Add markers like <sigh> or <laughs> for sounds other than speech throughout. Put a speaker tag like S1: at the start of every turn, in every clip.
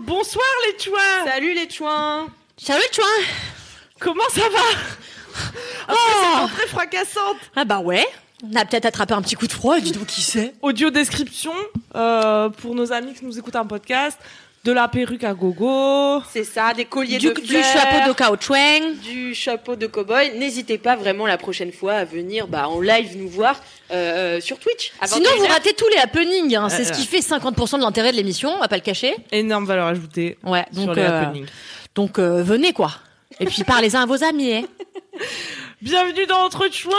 S1: Bonsoir les chouins
S2: Salut les chouins
S3: Salut chouin
S1: Comment ça va
S2: Après cette entrée fracassante
S3: Ah bah ouais, on a peut-être attrapé un petit coup de froid, dis donc qui sait
S1: Audio description euh, pour nos amis qui nous écoutent un podcast. De la perruque à gogo.
S2: C'est ça, des colliers
S3: Du,
S2: de
S3: du
S2: fleurs,
S3: chapeau de caoutchouc.
S2: du chapeau de cow-boy. N'hésitez pas vraiment la prochaine fois à venir bah, en live nous voir euh, sur Twitch. à
S3: Sinon
S2: 21h.
S3: vous ratez tous les happenings, hein. c'est
S1: Euh,
S3: ce qui fait 50% de l'intérêt de l'émission, on va pas le cacher.
S1: Énorme valeur ajoutée
S3: Ouais, donc,
S1: sur les
S3: euh,
S1: happenings.
S3: donc euh, venez quoi. Et puis parlez-en à vos amis.
S1: <laughs>
S3: hein.
S1: Bienvenue dans Entre Chouins,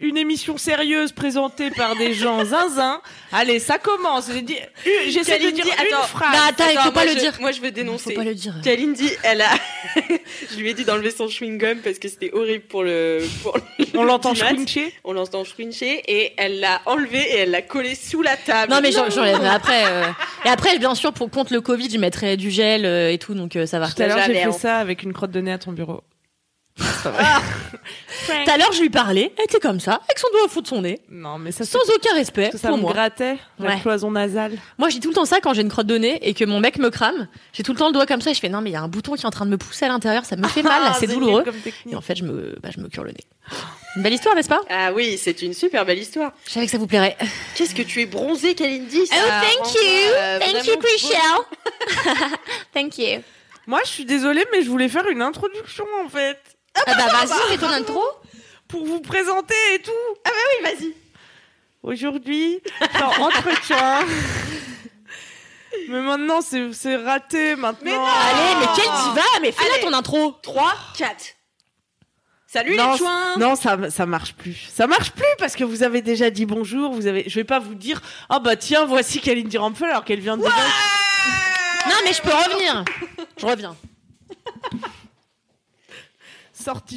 S1: une émission sérieuse présentée par des gens
S3: <laughs>
S1: zinzin. Allez, ça commence. J'ai dit- euh, J'essaie de
S2: Kalindi,
S1: dire
S2: attends.
S1: une phrase.
S3: Bah attends, il faut
S2: Attends, moi,
S3: pas le
S2: je-
S3: dire.
S2: Moi je veux
S3: Faut
S2: dénoncer.
S3: pas le dire.
S2: Kalindi, elle a. <laughs> je lui ai dit d'enlever son chewing-gum parce que c'était horrible pour le. Pour...
S1: On l'entend
S2: Dimat.
S1: scruncher.
S2: On l'entend chouincher et elle l'a enlevé et elle l'a collé sous la table.
S3: Non mais j'en- j'enlèverai après. euh. Et après bien sûr pour contre le Covid, je mettrai du gel euh, et tout donc euh, ça va.
S1: Tout à l'heure, j'ai
S2: Jamais,
S1: fait
S2: hein.
S1: ça avec une crotte de nez à ton bureau. Ah. C'est pas vrai.
S3: <laughs> Tout à l'heure je lui parlais, elle était comme ça, avec son doigt au fond de son nez,
S1: Non, mais ça, c'est
S3: sans aucun respect
S1: parce que ça
S3: pour
S1: me
S3: moi.
S1: grattait la
S3: Ouais.
S1: cloison nasale.
S3: Moi, j'ai tout le temps ça quand j'ai une crotte de nez et que mon mec me crame. J'ai tout le temps le doigt comme ça et je fais non, mais il y a un bouton qui est en train de me pousser à l'intérieur, ça me fait <laughs> mal, là,
S1: Ah,
S3: c'est
S1: génial
S3: douloureux.
S1: comme technique.
S3: Et en fait, je me, bah, je me cure le nez. Une belle histoire, n'est-ce pas
S2: Ah oui, c'est une super belle histoire.
S3: Je savais que ça vous plairait.
S2: Qu'est-ce que tu es bronzée, Kalindi euh,
S3: Oh, thank you, thank you, Chriselle. <laughs> thank you.
S1: Moi, je suis désolée, mais je voulais faire une introduction, en fait.
S3: Ah bah vas-y, fais ton intro.
S1: Pour vous présenter et tout.
S2: Oui, vas-y.
S1: Aujourd'hui, dans entretien. mais maintenant, c'est c'est raté, maintenant.
S2: Mais non
S3: Allez, mais quelle diva, mais fais-la
S2: Allez.
S3: ton intro.
S2: 3, 4. Salut
S1: Non,
S2: les chouins
S1: Non, ça, ça marche plus. Ça marche plus parce que vous avez déjà dit bonjour. Vous avez, je vais pas vous dire, ah bah tiens, voici Kalindi Rampel alors qu'elle vient de.
S3: Non, mais je peux revenir. Je reviens.
S1: sortie.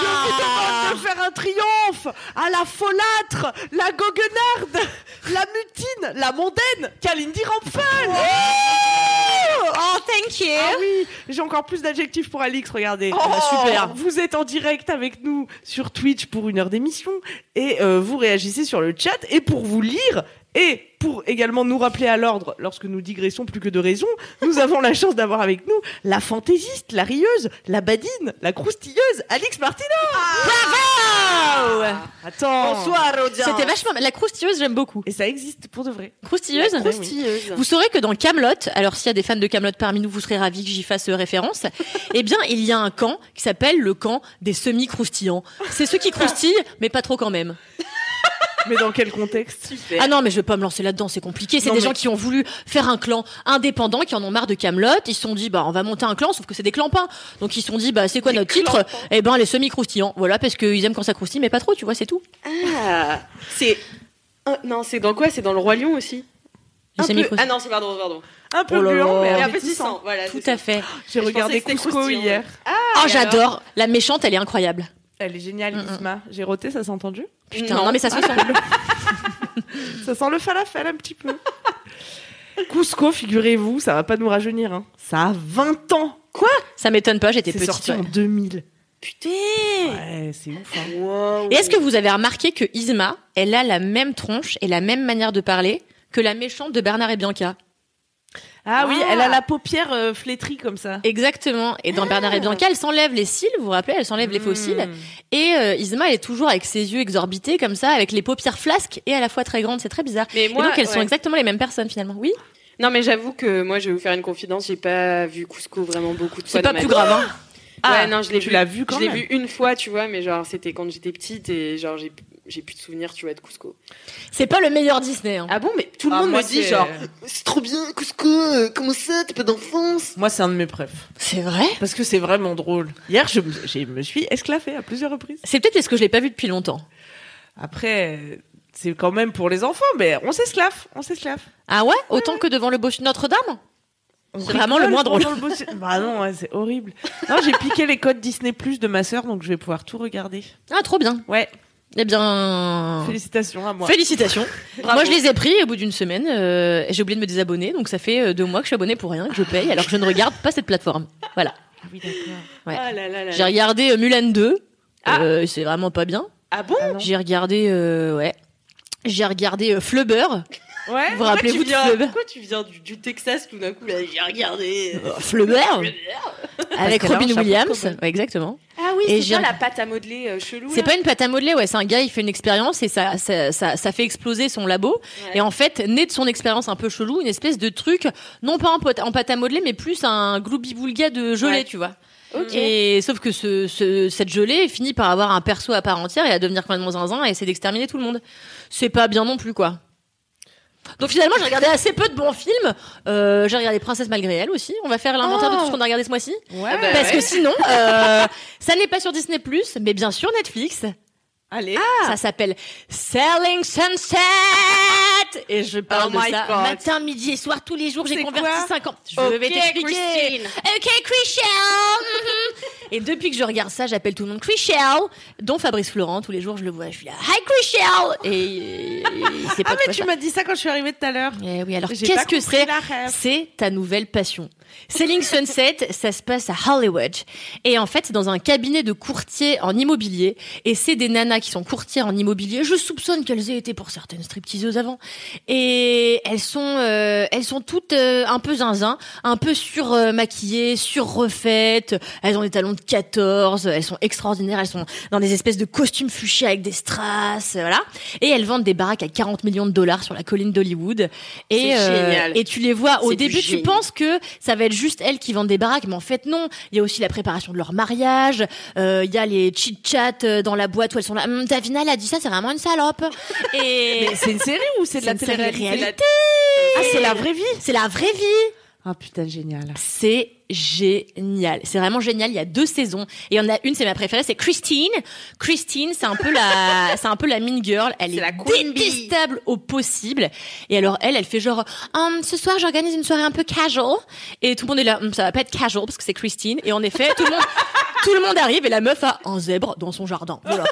S1: Je vous demande de faire un triomphe à la folâtre, la goguenarde, la mutine, la mondaine, Kalindi Rampfel
S3: Oh, thank you.
S1: Ah oui, j'ai encore plus d'adjectifs pour Alix, regardez. Oh,
S3: bah, super.
S1: Vous êtes en direct avec nous sur Twitch pour une heure d'émission et euh, vous réagissez sur le chat et pour vous lire et pour également nous rappeler à l'ordre lorsque nous digressons plus que de raison, nous avons la chance d'avoir avec nous la fantaisiste, la rieuse, la badine, la croustilleuse, Alix Martino.
S3: Bravo.
S1: Ah Attends.
S2: Ah. Bonsoir, audience
S3: C'était vachement. La croustilleuse, j'aime beaucoup.
S1: Et ça existe pour de vrai.
S3: Croustilleuse
S1: La croustille-
S2: Croustilleuse.
S3: Vous saurez que dans Camelot, alors s'il y a des fans de Camelot parmi nous, vous serez ravis que j'y fasse euh, référence. <laughs> eh bien, il y a un camp qui s'appelle le camp des semi-croustillants. C'est ceux qui croustillent, mais pas trop quand même.
S1: Mais dans quel contexte
S2: Super.
S3: Ah non, mais je vais pas me lancer là-dedans, c'est compliqué. C'est
S1: Non,
S3: des
S1: mais-
S3: gens qui ont voulu faire un clan indépendant, qui en ont marre de Camelot. Ils se sont dit, bah on va monter un clan, sauf que c'est des clampins. Donc ils se sont dit, bah c'est quoi
S2: Des
S3: notre titre
S2: clampins.
S3: Eh ben les semi-croustillants. Voilà, parce qu'ils aiment quand ça croustille, mais pas trop, tu vois, c'est tout.
S2: Ah, c'est. Ah, non, c'est dans quoi C'est dans le Roi Lion aussi Un
S3: Les
S2: peu-
S3: semi-croustillants.
S2: Ah non, c'est pardon, pardon.
S1: Un peu
S3: Oh là
S1: gluant,
S3: là.
S1: mais
S2: Et un
S1: appétissant.
S2: appétissant, voilà.
S3: Tout
S2: c'est
S3: à
S2: ça.
S3: fait.
S1: J'ai
S2: Je
S1: regardé
S2: pensais que c'était
S1: Cusco
S2: croustillant.
S1: hier.
S3: Oh,
S2: Ah, et alors
S3: j'adore. La méchante, elle est incroyable.
S1: Elle est géniale,
S3: Mm, mm.
S1: Isma. J'ai roté, ça s'est entendu
S3: Putain,
S2: Non.
S3: non, mais ça se sent.
S1: Ça sent le falafel un petit peu. <laughs> Cusco, figurez-vous, ça va pas nous rajeunir. hein. Ça a 20 ans.
S2: <laughs>
S3: Ça m'étonne pas, j'étais
S1: C'est
S3: petite.
S1: sorti
S3: ouais.
S1: en 2000.
S2: Putain
S1: Ouais, c'est ouf. hein.
S2: Wow.
S3: Et est-ce que vous avez remarqué que Isma, elle a la même tronche et la même manière de parler que la méchante de Bernard et Bianca
S1: Ah, oui,
S2: Ah.
S1: elle a la paupière euh, flétrie comme ça.
S3: Exactement. Et dans Bernard et Bianca, elle s'enlève les cils, vous vous rappelez, elle s'enlève les faux cils.
S1: Hmm.
S3: Et euh, Isma, elle est toujours avec ses yeux exorbités comme ça, avec les paupières flasques et à la fois très grandes, c'est très bizarre.
S2: Mais
S3: et
S2: moi,
S3: donc elles sont
S2: ouais.
S3: exactement les mêmes personnes finalement, oui
S2: Non, mais j'avoue que moi, je vais vous faire une confidence. J'ai pas vu Cusco vraiment beaucoup de fois.
S3: C'est pas
S2: dans ma
S3: plus
S2: vie.
S3: grave, hein
S1: Ah,
S2: ouais, non, je l'ai
S1: tu
S2: vu.
S1: l'as vu
S2: Je
S1: quand
S2: l'ai
S1: même.
S2: vu une fois, tu vois, mais genre, c'était quand j'étais petite et genre, j'ai j'ai plus de souvenirs, tu vois, de Cusco.
S3: C'est pas le meilleur Disney. hein.
S2: Ah bon, mais tout le
S1: Ah,
S2: monde
S1: moi,
S2: me dit,
S1: c'est-
S2: genre, c'est trop bien, Cusco, euh, comment ça, t'as pas d'enfance
S1: Moi, c'est un de mes prefs.
S3: C'est vrai
S1: Parce que c'est vraiment drôle. Hier, je, me- j'ai- me suis esclaffée à plusieurs reprises.
S3: C'est peut-être parce que je l'ai pas vu depuis longtemps.
S1: Après, euh, c'est quand même pour les enfants, mais on s'esclaffe. On s'esclaffe.
S3: Ah ouais Autant que devant le beau Notre-Dame
S1: On
S3: C'est vraiment le
S1: rigole
S3: moins drôle. <laughs>
S1: pendant le boss- bah non, ouais, c'est horrible. Non, j'ai piqué les codes Disney Plus de ma sœur, donc je vais pouvoir tout regarder.
S3: Ah trop bien.
S1: Ouais,
S3: Eh bien...
S1: félicitations à moi.
S3: Félicitations.
S2: Bravo.
S3: Moi, je les ai pris et au bout d'une semaine. euh, j'ai oublié de me désabonner, donc ça fait euh, deux mois que je suis abonnée pour rien, que je paye, alors que je ne regarde pas cette plateforme. Voilà.
S1: Ah oui, d'accord.
S3: Ouais.
S2: Ah là là là.
S3: J'ai
S2: là.
S3: regardé euh, Mulan 2.
S2: Ah.
S3: euh, c'est vraiment pas bien.
S2: Ah bon
S1: Ah non.
S3: J'ai regardé, euh, ouais. J'ai regardé euh, Flubber.
S1: Ouais.
S3: Vous rappelez-vous de
S2: pourquoi, tu viens,
S3: Flaubert
S2: pourquoi tu viens du, du Texas tout d'un coup là J'ai regardé. euh,
S3: Flaubert
S2: Flaubert.
S3: avec
S1: qu'elle a un
S3: Robin
S1: chapeau
S3: Williams.
S1: cowboy.
S3: Ouais, exactement.
S2: Ah oui,
S3: Et
S2: c'est
S3: j'ai-
S2: bien la pâte à modeler euh, chelou.
S3: C'est
S2: là.
S3: pas une pâte à modeler, ouais, c'est un gars, il fait une expérience et ça, ça, ça, ça fait exploser son labo.
S2: Ouais.
S3: Et en fait, né de son expérience un peu chelou, une espèce de truc, non pas en, pot- en pâte à modeler, mais plus un gloubi-boulga de gelée,
S2: Ouais.
S3: tu vois.
S2: Ok.
S3: Et sauf que ce, ce- cette gelée finit par avoir un perso à part entière et à devenir complètement zinzin et essayer d'exterminer tout le monde. C'est pas bien non plus, quoi. Donc finalement, j'ai regardé assez peu de bons films. Euh, j'ai regardé Princesse malgré elle aussi. On va faire l'inventaire de tout ce qu'on a regardé ce mois-ci.
S1: Ouais.
S2: Ah Oh. bah
S3: Parce
S2: ouais. <laughs>
S3: que sinon, euh, ça n'est pas sur Disney+, mais bien sûr Netflix.
S2: Ah.
S1: Allez.
S3: Ça s'appelle Selling Sunset Et je parle
S2: Oh
S3: de
S2: my
S3: ça
S2: God.
S3: matin, midi et soir, tous les jours, j'ai
S1: C'est
S3: converti
S1: quoi
S3: 50. Je
S2: Ok,
S3: vais t'expliquer.
S2: Christine.
S3: Ok, Chrishell <laughs> Et depuis que je regarde ça, j'appelle tout le monde Chrishell, dont Fabrice Florent. Tous les jours, je le vois, je suis là, Hi Chrishell Et et- il sait pas
S1: Ah
S3: de
S1: mais
S3: quoi
S1: tu
S3: ça-
S1: m'as dit ça quand je suis arrivée tout à l'heure.
S3: Eh oui, alors
S1: J'ai
S3: qu'est-ce
S1: pas
S3: que
S1: compris
S3: c'est
S1: la ref.
S3: C'est ta nouvelle passion. Selling Sunset, ça se passe à Hollywood. Et en fait, c'est dans un cabinet de courtiers en immobilier. Et c'est des nanas qui sont courtières en immobilier. Je soupçonne qu'elles aient été pour certaines stripteaseuses avant. Et elles sont, euh, elles sont toutes euh, un peu zinzin, un peu sur euh, maquillées, sur refaites. Elles ont des talons de 14. Elles sont extraordinaires. Elles sont dans des espèces de costumes fuchsia avec des strass. euh, Voilà. Et elles vendent des baraques à 40 millions de dollars sur la colline d'Hollywood. Et, euh,
S2: C'est génial.
S3: et tu les vois au
S2: C'est du
S3: début, tu
S2: génie.
S3: penses que ça va être juste elles qui vendent des baraques, mais en fait non. Il y a aussi la préparation de leur mariage. euh, Il y a les chit chats euh, dans la boîte où elles sont là. Hum, Davina, elle a dit ça, c'est vraiment une salope. Et
S1: Mais c'est une série ou c'est de la
S3: <laughs> C'est une série
S1: télé-réalité
S3: réalité.
S1: Ah c'est la vraie vie.
S3: c'est la vraie vie.
S1: Ah putain génial.
S3: C'est génial. C'est vraiment génial. Il y a deux saisons. Et il y en a une, c'est ma préférée, c'est Christine. Christine, c'est un peu la, <laughs> c'est un peu la mean girl. Elle est,
S2: C'est la queen bee.
S3: détestable au possible. Et alors, elle, elle fait genre, Hum, ce soir, j'organise une soirée un peu casual. Et tout le monde est là, Hum, ça va pas être casual parce que c'est Christine. Et en effet, tout le monde, <laughs> tout le monde arrive et la meuf a un zèbre dans son jardin. Voilà.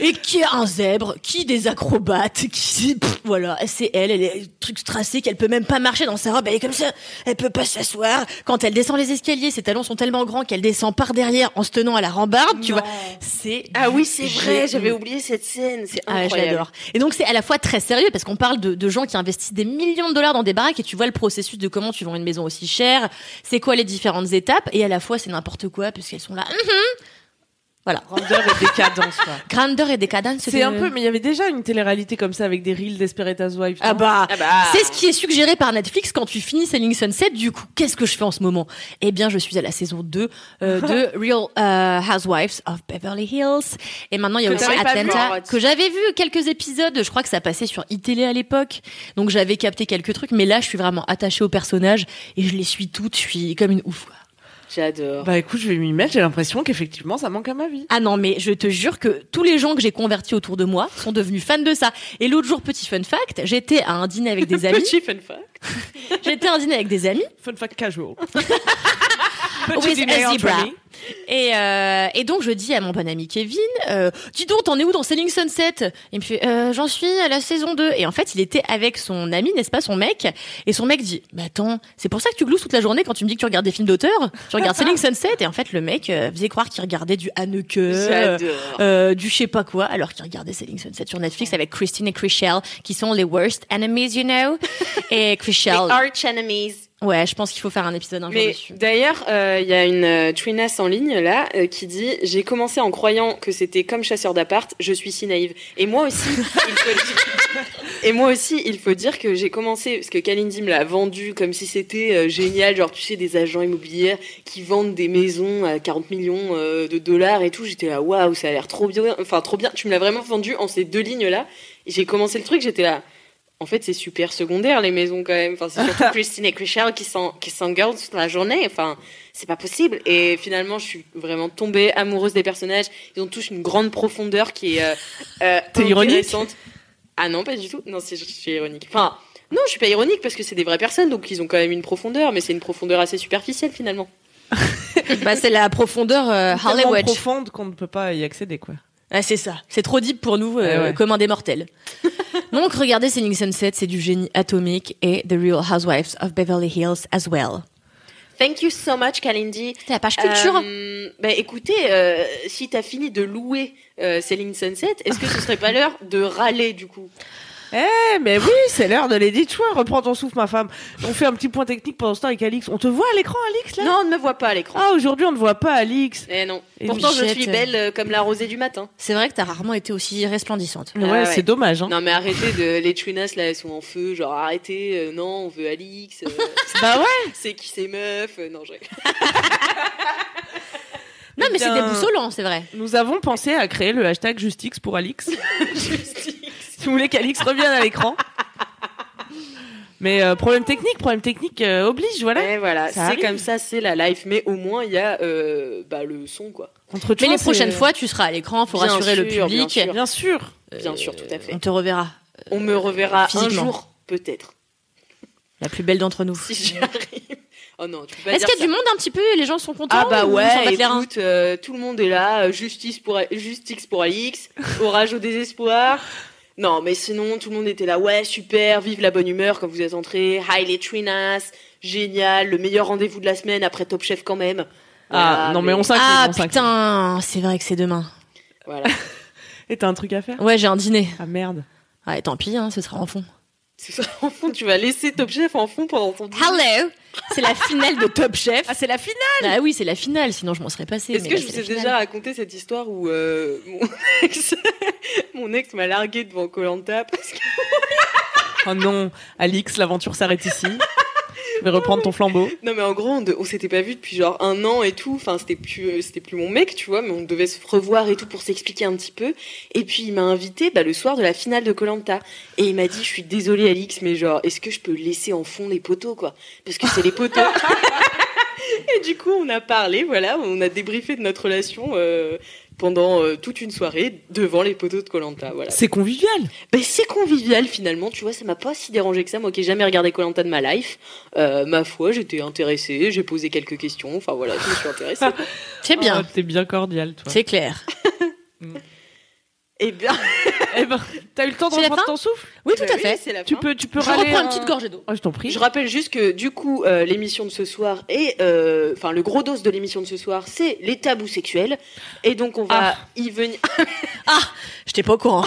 S3: Et qui a un zèbre, qui des acrobates, qui pff, voilà, c'est elle, elle est truc tracé qu'elle peut même pas marcher dans sa robe, elle est comme ça, elle peut pas s'asseoir. Quand elle descend les escaliers, ses talons sont tellement grands qu'elle descend par derrière en se tenant à la rambarde, tu
S1: Non.
S3: vois. C'est
S2: Ah oui,
S3: du
S2: c'est vrai,
S3: génie.
S2: j'avais oublié cette scène, c'est
S3: Ah ouais, je
S2: incroyable.
S3: l'adore. Et donc c'est à la fois très sérieux parce qu'on parle de, de gens qui investissent des millions de dollars dans des baraques et tu vois le processus de comment tu vends une maison aussi chère, c'est quoi les différentes étapes et à la fois c'est n'importe quoi puisqu'elles sont là. Hum,
S1: Grandeur et décadence quoi.
S3: Grandeur et décadence. euh.
S1: C'est un peu mais il y avait déjà une télé-réalité comme ça avec des reels d'Esperate Housewives.
S3: ah
S1: non
S3: bah
S2: Ah bah.
S3: C'est ce qui est suggéré par Netflix quand tu finis Selling Sunset. Du coup, qu'est-ce que je fais en ce moment Eh bien, je suis à la saison 2
S2: <laughs>
S3: euh, de Real euh, Housewives of Beverly Hills. Et maintenant, il y a
S2: Que
S3: aussi
S2: t'avais pas vu,
S3: Atlanta,
S2: Laurette.
S3: que j'avais vu quelques épisodes. Je crois que ça passait sur iTélé à l'époque. Donc, j'avais capté quelques trucs. Mais là, je suis vraiment attachée aux personnages et je les suis toutes. Je suis comme une ouf. quoi.
S2: J'adore.
S1: Bah écoute je vais m'y mettre. J'ai l'impression qu'effectivement ça manque à ma vie.
S3: Ah non, mais je te jure que tous les gens que j'ai convertis autour de moi sont devenus fans de ça. Et l'autre jour, petit fun fact, j'étais à un dîner avec des amis.
S2: <laughs> Petit fun fact.
S3: j'étais à un dîner avec des amis.
S1: Fun fact
S3: <laughs>
S1: casual.
S3: With
S1: dîner
S3: a
S1: entre
S3: zebra.
S1: amis.
S3: Et, euh, et donc je dis à mon bon ami Kevin, euh, dis donc, t'en es où dans Selling Sunset Il me fait, euh, j'en suis à la saison 2. Et en fait, il était avec son ami, n'est-ce pas, son mec. Et son mec dit, bah attends, c'est pour ça que tu glousses toute la journée quand tu me dis que tu regardes des films d'auteur Tu regardes Selling Sunset Et en fait, le mec euh, faisait croire qu'il regardait du Haneke, euh,
S2: J'adore.
S3: euh, du je sais pas quoi, alors qu'il regardait Selling Sunset sur Netflix avec Christine et Chrishell, qui sont les worst enemies, you <laughs> know. Et
S2: Les
S3: Chrishell,
S2: arch enemies.
S3: ouais, je pense qu'il faut faire un épisode un jour
S2: Mais
S3: dessus.
S2: d'ailleurs, euh, il y a une euh, Twinas en ligne là euh, qui dit J'ai commencé en croyant que c'était comme chasseur d'appart, je suis si naïve. Et moi aussi, il faut
S3: <laughs>
S2: dire... Et moi aussi, il faut dire que j'ai commencé, parce que Kalindi me l'a vendu comme si c'était euh, génial, genre tu sais, des agents immobiliers qui vendent des maisons à 40 millions euh, de dollars et tout. J'étais là, waouh, ça a l'air trop bien, enfin trop bien. Tu me l'as vraiment vendu en ces deux lignes là. Et J'ai commencé le truc, j'étais là. En fait, c'est super secondaire les maisons quand même. Enfin, c'est <laughs> surtout Christine et Chrishell qui s'en- qui s'engueulent toute la journée. Enfin, c'est pas possible. Et finalement, je suis vraiment tombée amoureuse des personnages. Ils ont tous une grande profondeur qui est euh, euh,
S1: T'es ironique
S2: intéressante. Ah non, pas du tout. Non, si je suis ironique. Enfin, non, je suis pas ironique parce que c'est des vraies personnes, donc ils ont quand même une profondeur, mais c'est une profondeur assez superficielle finalement.
S3: bah, c'est la profondeur euh,
S1: Tellement
S3: Hollywood.
S1: profonde qu'on ne peut pas y accéder quoi.
S3: Ah, c'est ça. C'est trop deep pour nous, euh,
S1: Ouais, ouais.
S3: commun des mortels. <laughs> Donc, regardez Selling Sunset, c'est du génie atomique et The Real Housewives of Beverly Hills as well.
S2: Thank you so much, Kalindi.
S3: C'est la page culture.
S2: Euh, bah, écoutez, euh, si t'as fini de louer euh, Selling Sunset, est-ce que ce serait pas l'heure de râler du coup
S1: Eh, mais oui, c'est l'heure de l'éditoire. Reprends ton souffle, ma femme. On fait un petit point technique pendant ce temps avec Alix. On te voit à l'écran, Alix, là
S2: Non, on ne me voit pas à l'écran.
S1: Ah, aujourd'hui, on ne voit pas Alix.
S2: Eh non.
S1: Et
S2: Pourtant, je
S3: Bichette.
S2: suis belle euh, comme la rosée du matin.
S3: C'est vrai que t'as rarement été aussi resplendissante.
S1: Ouais,
S2: ouais.
S1: c'est dommage. Hein.
S2: Non, mais arrêtez de. Les Twinas, là, elles sont en feu. Genre, arrêtez. euh, non, on veut Alix. euh,
S3: <laughs>
S1: Bah ouais.
S2: c'est qui ces meufs Euh, Non, je
S3: Non, mais c'est
S1: Putain.
S3: déboussolant, c'est vrai.
S1: Nous avons pensé à créer le hashtag Justix pour Alix. <laughs>
S2: Justix.
S1: si vous voulez qu'Alix revienne à l'écran. Mais euh, problème technique, problème technique euh, oblige, voilà.
S2: Et Eh, voilà,
S1: Ça
S2: c'est
S1: arrive.
S2: comme ça, c'est la life. Mais au moins, il y a euh, bah, le son, quoi.
S1: Contre
S3: Mais
S1: toi,
S3: les
S1: c'est-
S3: prochaines fois, tu seras à l'écran pour
S2: Bien
S3: rassurer le
S2: sûr, bien
S3: public.
S2: sûr.
S1: Bien sûr.
S2: Bien sûr, tout à fait.
S3: On te reverra.
S2: On me reverra un
S3: Euh, physiquement.
S2: jour, peut-être.
S3: La plus belle d'entre nous.
S2: Si j'y
S3: <laughs>
S2: arrive. Oh non, tu peux pas
S3: Est-ce
S2: dire
S3: qu'il y a
S2: ça.
S3: du monde un petit peu Les gens sont contents
S2: Ah bah
S3: ou ils s'en battent
S2: ouais,
S3: les reins
S2: écoute, euh, tout le monde est là, euh, justice pour justice pour
S3: <laughs>
S2: Alix, orage au désespoir. Non, mais sinon tout le monde était là, ouais, super, vive la bonne humeur quand vous êtes entrés, hi les Trinas, génial, le meilleur rendez-vous de la semaine après Top Chef quand même.
S1: Ah, non, mais on s'incline.
S3: Ah
S1: on s'incline.
S3: putain, c'est vrai que c'est demain.
S2: Voilà. <laughs>
S1: Et t'as un truc à faire
S3: Ouais, j'ai un dîner.
S1: Ah merde.
S3: Ouais, tant pis, hein, ce sera en fond.
S2: C'est ça, en fond, tu vas laisser Top Chef en fond pendant ton dîner.
S3: Hello C'est la finale de Top Chef.
S1: c'est la finale
S3: Ah oui, c'est la finale, sinon je m'en serais passée.
S2: Est-ce
S3: mais
S2: que
S3: là,
S2: je
S3: c'est
S2: vous
S3: la
S2: ai
S3: finale.
S2: déjà raconté cette histoire où euh, <laughs> mon ex, mon ex m'a largué devant Colanta parce que
S1: Oh non, Alix, l'aventure s'arrête ici. Je vais reprendre ton flambeau.
S2: Non mais en gros, on, de- on s'était pas vu depuis genre un an et tout. Enfin, c'était plus, euh, c'était plus mon mec, tu vois. Mais on devait se revoir et tout pour s'expliquer un petit peu. Et puis il m'a invité bah, le soir de la finale de Colanta. Et il m'a dit, je suis désolée Alix, mais genre, est-ce que je peux laisser en fond les poteaux quoi Parce que c'est les poteaux. et du coup, on a parlé, voilà, on a débriefé de notre relation. euh, pendant euh, toute une soirée devant les poteaux de Colanta, voilà.
S1: C'est convivial.
S2: Ben, c'est convivial finalement, tu vois, ça m'a pas si dérangé que ça, moi qui ai jamais regardé Colanta de ma life. Euh, ma foi, j'étais intéressée, j'ai posé quelques questions, enfin voilà, je me suis <laughs> intéressée.
S3: C'est bien,
S1: Oh, T'es bien cordial, toi.
S3: c'est clair.
S2: Et bien,
S1: Eh ben, t'as eu le temps de
S3: C'est la
S1: reprendre
S3: fin
S1: ton souffle
S3: Oui, tout à
S2: oui,
S3: fait.
S2: c'est la
S1: Tu
S2: fin.
S1: peux, tu peux
S3: Je
S1: râler
S3: reprends
S1: un-
S3: une petite gorgée d'eau.
S1: Oh, je t'en prie.
S2: Je rappelle juste que du coup, euh, l'émission de ce soir et euh, enfin le gros dos de l'émission de ce soir, c'est les tabous sexuels. Et donc on va
S3: Ah.
S2: y venir.
S3: J'étais pas au courant.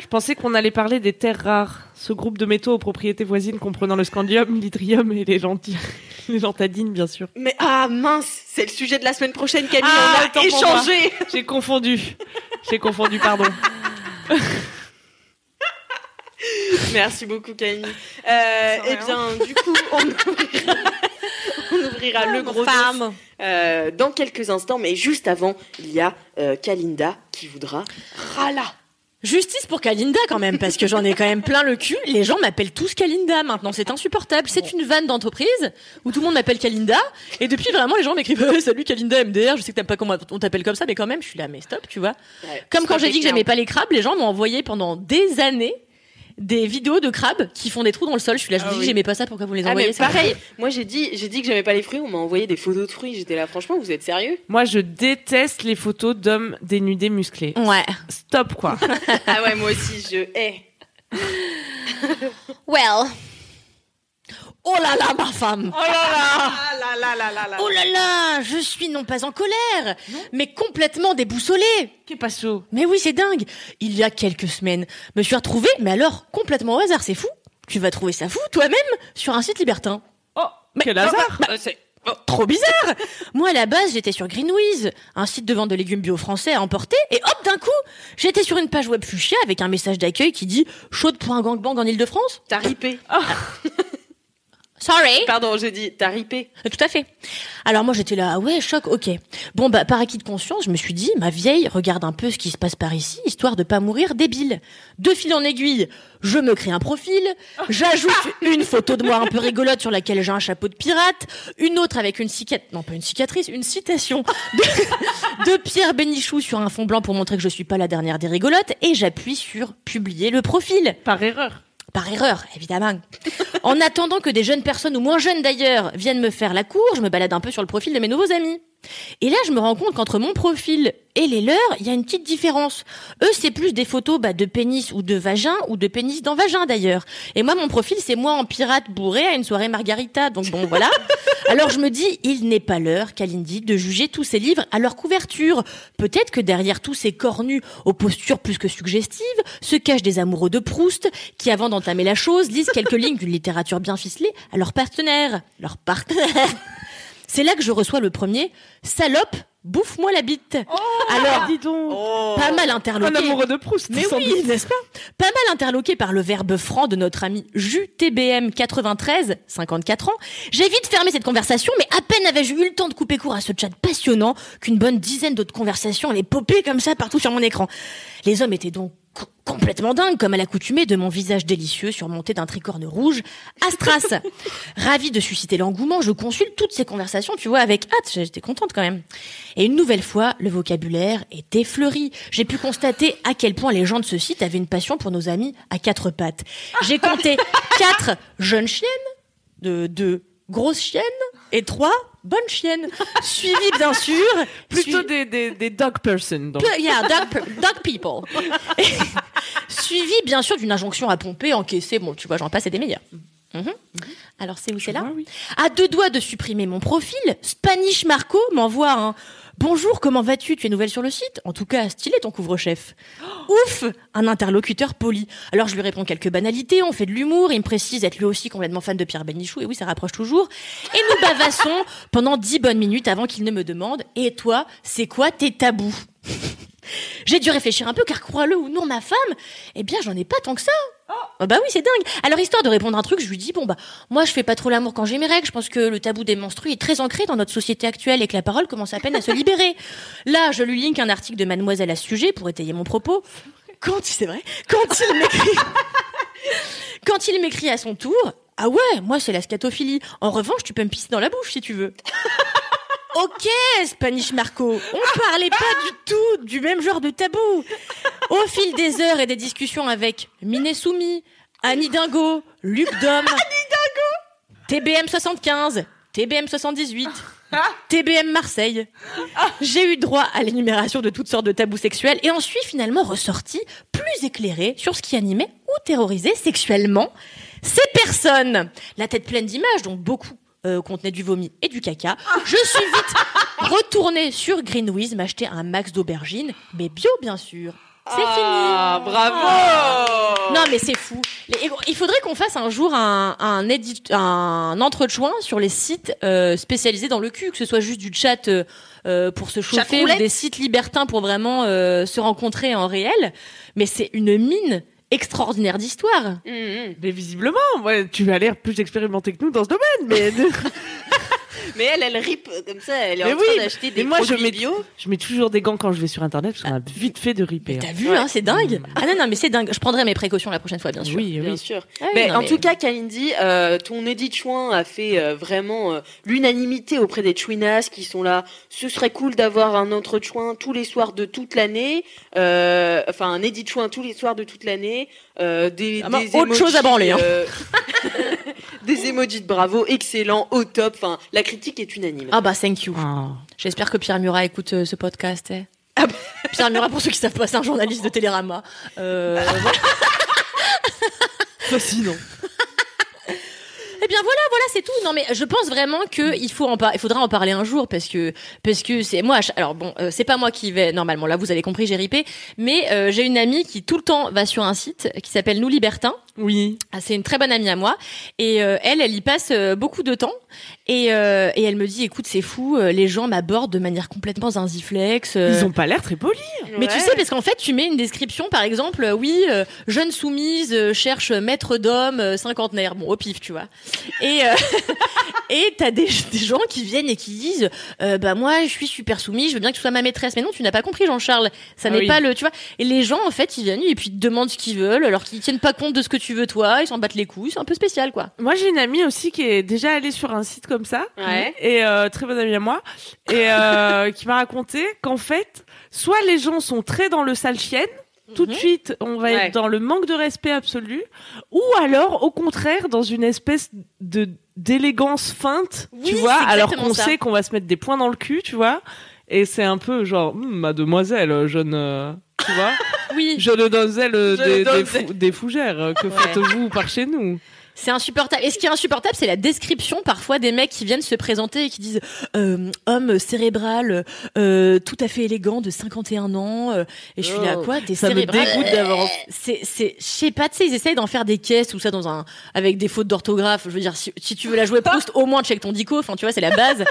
S1: Je pensais qu'on allait parler des terres rares, ce groupe de métaux aux propriétés voisines comprenant le scandium, l'hydrium et les, lentilles, <laughs> les lentadines, bien sûr.
S2: Mais ah mince, c'est le sujet de la semaine prochaine, Camille.
S1: Ah,
S2: on
S1: autant
S2: a
S1: pour
S2: échangé.
S1: J'ai confondu. J'ai confondu,
S3: <laughs>
S1: pardon.
S2: Merci beaucoup, Camille. Euh,
S3: Sans
S2: eh bien, du coup, on <laughs> ouvrira, on ouvrira le gros dos Euh, dans quelques instants, mais juste avant, il y a euh, Kalinda qui voudra Rala.
S3: Justice pour Kalinda quand même, parce que j'en ai quand même plein le cul. Les gens m'appellent tous Kalinda maintenant, c'est insupportable. C'est une vanne d'entreprise où tout le monde m'appelle Kalinda. Et depuis vraiment, les gens m'écrivent Eh, Salut Kalinda MDR, je sais que t'aimes pas comment on t'appelle comme ça, mais quand même, je suis là, mais stop, tu vois. Comme quand j'ai dit que j'aimais pas les crabes, les gens m'ont envoyé pendant des années des vidéos de crabes qui font des trous dans le sol. Je suis là, je vous
S1: Ah
S3: dis que
S1: oui.
S3: j'aimais pas ça, pourquoi vous les
S2: Ah,
S3: envoyez
S2: mais
S3: ça
S2: pareil, moi j'ai dit, j'ai dit que j'aimais pas les fruits, on m'a envoyé des photos de fruits, j'étais là, franchement, vous êtes sérieux
S1: Moi, je déteste les photos d'hommes dénudés musclés.
S3: Ouais.
S1: Stop,
S3: <laughs>
S1: quoi.
S2: Ah ouais, moi aussi, je hais.
S3: Well. Oh là là, ma femme
S2: Ah là là là là là.
S3: Oh là là, je suis non pas en colère, mais complètement déboussolée
S1: Qu'est-ce pas chaud
S3: Mais oui, c'est dingue. Il y a quelques semaines, me suis retrouvée, mais alors complètement au hasard, c'est fou. Tu vas trouver ça fou toi-même sur un site libertin.
S1: Oh, quel hasard
S2: Euh,
S3: Trop <laughs> bizarre. Moi, à la base, j'étais sur Greenwiz, un site de vente de légumes bio français à emporter, et hop, d'un coup, j'étais sur une page web fuchsia avec un message d'accueil qui dit chaude pour un gangbang en Ile-de-France.
S2: T'as ripé. Ah,
S3: Sorry.
S2: Pardon, j'ai dit, t'as ripé.
S3: Euh, Tout à fait. Alors moi j'étais là, ah ouais, choc, ok. Bon bah par acquis de conscience, je me suis dit, ma vieille, regarde un peu ce qui se passe par ici, histoire de pas mourir débile. De fil en aiguille, je me crée un profil, j'ajoute une photo de moi un peu rigolote sur laquelle j'ai un chapeau de pirate, une autre avec une cicatrice, non pas une cicatrice, une citation de, <laughs> de Pierre Bénichou sur un fond blanc pour montrer que je suis pas la dernière des rigolotes, et j'appuie sur publier le profil.
S1: Par erreur.
S3: Par erreur, évidemment. <laughs> En attendant que des jeunes personnes, ou moins jeunes d'ailleurs, viennent me faire la cour, je me balade un peu sur le profil de mes nouveaux amis. Et là, je me rends compte qu'entre mon profil et les leurs, il y a une petite différence. Eux, c'est plus des photos bah, de pénis ou de vagin, ou de pénis dans vagin d'ailleurs. Et moi, mon profil, c'est moi en pirate bourré à une soirée margarita. Donc bon, voilà. Alors je me dis, il n'est pas l'heure, Kalindi, de juger tous ces livres à leur couverture. Peut-être que derrière tous ces cornus aux postures plus que suggestives, se cachent des amoureux de Proust qui, avant d'entamer la chose, lisent quelques lignes d'une littérature bien ficelée à leur partenaire. Leur partenaire. C'est là que je reçois le premier salope, bouffe-moi la bite. Alors,
S1: dis donc.
S2: Oh.
S3: pas mal
S1: Un
S3: interloqué.
S1: amoureux de Proust,
S3: Ah. Oh. Mais
S1: sans
S3: oui,
S1: doute.
S3: n'est-ce pas Pas mal interloqué par le verbe franc de notre ami JUTBM93, 54 ans, j'ai vite fermé cette conversation, mais à peine avais-je eu le temps de couper court à ce chat passionnant qu'une bonne dizaine d'autres conversations allaient popper comme ça partout sur mon écran. Les hommes étaient donc co- complètement dingues, comme à l'accoutumée de mon visage délicieux surmonté d'un tricorne rouge, Astras. Ravi de susciter l'engouement, je consulte toutes ces conversations, tu vois, avec hâte, j'étais contente quand même. Et une nouvelle fois, le vocabulaire était fleuri. J'ai pu constater à quel point les gens de ce site avaient une passion pour nos amis à quatre pattes. J'ai compté quatre jeunes chiennes, de deux grosses chiennes et trois bonnes chiennes, suivies bien sûr.
S1: Plutôt
S3: sui-
S1: des, des, des dog person. donc.
S3: Peu- yeah, dog, pe- dog people. <laughs> Et suivi bien sûr d'une injonction à pomper, encaisser, bon, tu vois, j'en passe et des meilleurs. Mhm. Alors c'est où c'est là
S1: vois, oui.
S3: À deux doigts de supprimer mon profil, Spanish Marco m'envoie un Bonjour, comment vas-tu Tu es nouvelle sur le site En tout cas, stylé ton couvre-chef. Ouf Un interlocuteur poli. Alors je lui réponds quelques banalités, on fait de l'humour, il me précise être lui aussi complètement fan de Pierre Benichou, et oui, ça rapproche toujours. Et nous bavassons pendant dix bonnes minutes avant qu'il ne me demande Et toi, c'est quoi tes tabous j'ai dû réfléchir un peu car crois-le ou non ma femme, eh bien j'en ai pas tant que ça. Ah bah oui c'est dingue. Alors histoire de répondre à un truc, je lui dis bon bah moi je fais pas trop l'amour quand j'ai mes règles. Je pense que le tabou des menstrues est très ancré dans notre société actuelle et que la parole commence à peine à se libérer. Là je lui link un article de Mademoiselle à ce sujet pour étayer mon propos. Quand c'est vrai Quand il m'écrit quand il m'écrit à son tour ah ouais moi c'est la scatophilie. En revanche tu peux me pisser dans la bouche si tu veux. Ok, Spanish Marco, on parlait pas du tout du même genre de tabou. Au fil des heures et des discussions avec Minet Soumi, Annie Dingo, Luc
S2: <laughs>
S3: Dom, TBM 75, TBM 78,
S2: Ah.
S3: TBM Marseille, j'ai eu droit à l'énumération de toutes sortes de tabous sexuels et en suis finalement ressorti plus éclairé sur ce qui animait ou terrorisait sexuellement ces personnes. La tête pleine d'images, dont beaucoup euh, contenaient du vomi et du caca, je suis
S2: <laughs>
S3: vite retournée sur Greenwiz m'acheter un max d'aubergines, mais bio bien sûr. C'est
S2: Ah,
S3: fini. Oh.
S2: bravo
S3: Non mais c'est fou. Les- Il faudrait qu'on fasse un jour un un, édit- un entretien sur les sites euh, spécialisés dans le cul, que ce soit juste du chat euh, euh, pour se
S4: Chat
S3: chauffer ou
S4: roulette.
S3: des sites libertins pour vraiment euh, se rencontrer en réel. Mais c'est une mine extraordinaire d'histoire.
S2: Mm, mm.
S1: Mais visiblement, ouais, tu as l'air plus expérimenté que nous dans ce domaine. Mais
S2: Mais elle, elle rip euh, comme ça, elle est
S1: Mais
S2: en train
S1: oui,
S2: d'acheter
S1: mais
S2: des
S1: moi, je
S2: produits
S1: mets-
S2: bio.
S1: je mets toujours des gants quand je vais sur Internet parce qu'on a vite fait de ripper.
S3: T'as vu, hein, c'est dingue. Ah non, non, mais c'est dingue. Je prendrai mes précautions la prochaine fois, bien sûr.
S1: hein. Oui,
S2: Bien
S1: oui.
S2: sûr.
S3: Ah oui,
S2: Mais
S3: non,
S2: Ben, en tout cas, Kalindi, euh, ton Edith Chouin a fait euh, vraiment euh, l'unanimité auprès des Chouinas qui sont là. Ce serait cool d'avoir un autre Chouin tous les soirs de toute l'année. Euh, enfin, un Edith Chouin tous les soirs de toute l'année. Euh, des,
S3: Ah bah,
S2: des
S3: autre
S2: emojis,
S3: chose à branler, hein.
S2: euh, <laughs> des emojis de bravo, excellent, au top. Enfin, la critique est unanime.
S3: Ah bah thank you.
S1: Ah.
S3: J'espère que Pierre Murat écoute euh, ce podcast. eh.
S2: Ah bah.
S3: Pierre Murat, pour ceux qui savent pas, c'est un journaliste de Télérama.
S2: <laughs>
S3: Euh, voilà.
S1: <laughs> Fascinant.
S3: Eh bien voilà, voilà, c'est tout. Non mais je pense vraiment
S1: Mm.
S3: que il faut en par- il faudra en parler un jour parce que parce que c'est moi. je- Alors bon, euh, c'est pas moi qui vais normalement. Là, vous avez compris, j'ai ripé. Mais euh, j'ai une amie qui tout le temps va sur un site qui s'appelle Nous Libertins.
S1: Oui.
S3: Ah, c'est une très bonne amie à moi et euh, elle elle y passe euh, beaucoup de temps et, euh, et elle me dit écoute c'est fou euh, les gens m'abordent de manière complètement zinziflex euh.
S1: Ils ont pas l'air très polis.
S2: Ouais.
S3: mais tu sais parce qu'en fait tu mets une description par exemple euh, oui euh, jeune soumise euh, cherche maître d'homme euh, cinquantenaire bon au pif tu vois et euh, <laughs> et t'as des, des gens qui viennent et qui disent euh, bah moi je suis super soumise je veux bien que tu sois ma maîtresse mais non tu n'as pas compris Jean-Charles ça
S1: Ah
S3: n'est
S1: oui.
S3: pas le tu vois et les gens en fait ils viennent et puis ils te demandent ce qu'ils veulent alors qu'ils tiennent pas compte de ce que tu veux toi ils s'en battent les couilles c'est un peu spécial quoi
S1: Moi, j'ai une amie aussi qui est déjà allée sur un site comme ça.
S2: Ouais.
S1: Et euh, très bonne amie à moi.
S3: <laughs>
S1: Et euh, qui m'a raconté qu'en fait, soit les gens sont très dans le sale chienne, tout
S3: Mhm.
S1: de suite, on va
S2: Ouais.
S1: être dans le manque de respect absolu, ou alors, au contraire, dans une espèce de d'élégance feinte, tu
S3: Oui,
S1: vois,
S3: c'est
S1: alors
S3: exactement
S1: qu'on
S3: ça.
S1: sait qu'on va se mettre des points dans le cul, tu vois, et c'est un peu genre, Hum, mademoiselle, jeune, euh, tu
S3: <laughs>
S1: vois,
S3: Oui,
S1: jeune donzelle euh,
S2: Jeune
S1: des, des,
S2: donzelle.
S1: fou- des fougères, euh, que
S3: Ouais.
S1: faites-vous par chez nous
S3: c'est insupportable. Et ce qui est insupportable, c'est la description parfois des mecs qui viennent se présenter et qui disent euh, homme cérébral, euh, tout à fait élégant de 51 ans. euh, et je suis là,
S1: Oh,
S3: quoi T'es
S1: Ça me
S3: cérébral
S1: dégoûte d'avoir
S3: c'est c'est je sais pas tu sais ils essayent d'en faire des caisses ou ça dans un avec des fautes d'orthographe je veux dire si, si tu veux la
S1: Ah.
S3: jouer Proust au moins check ton dico enfin tu vois c'est
S1: <laughs>
S3: la base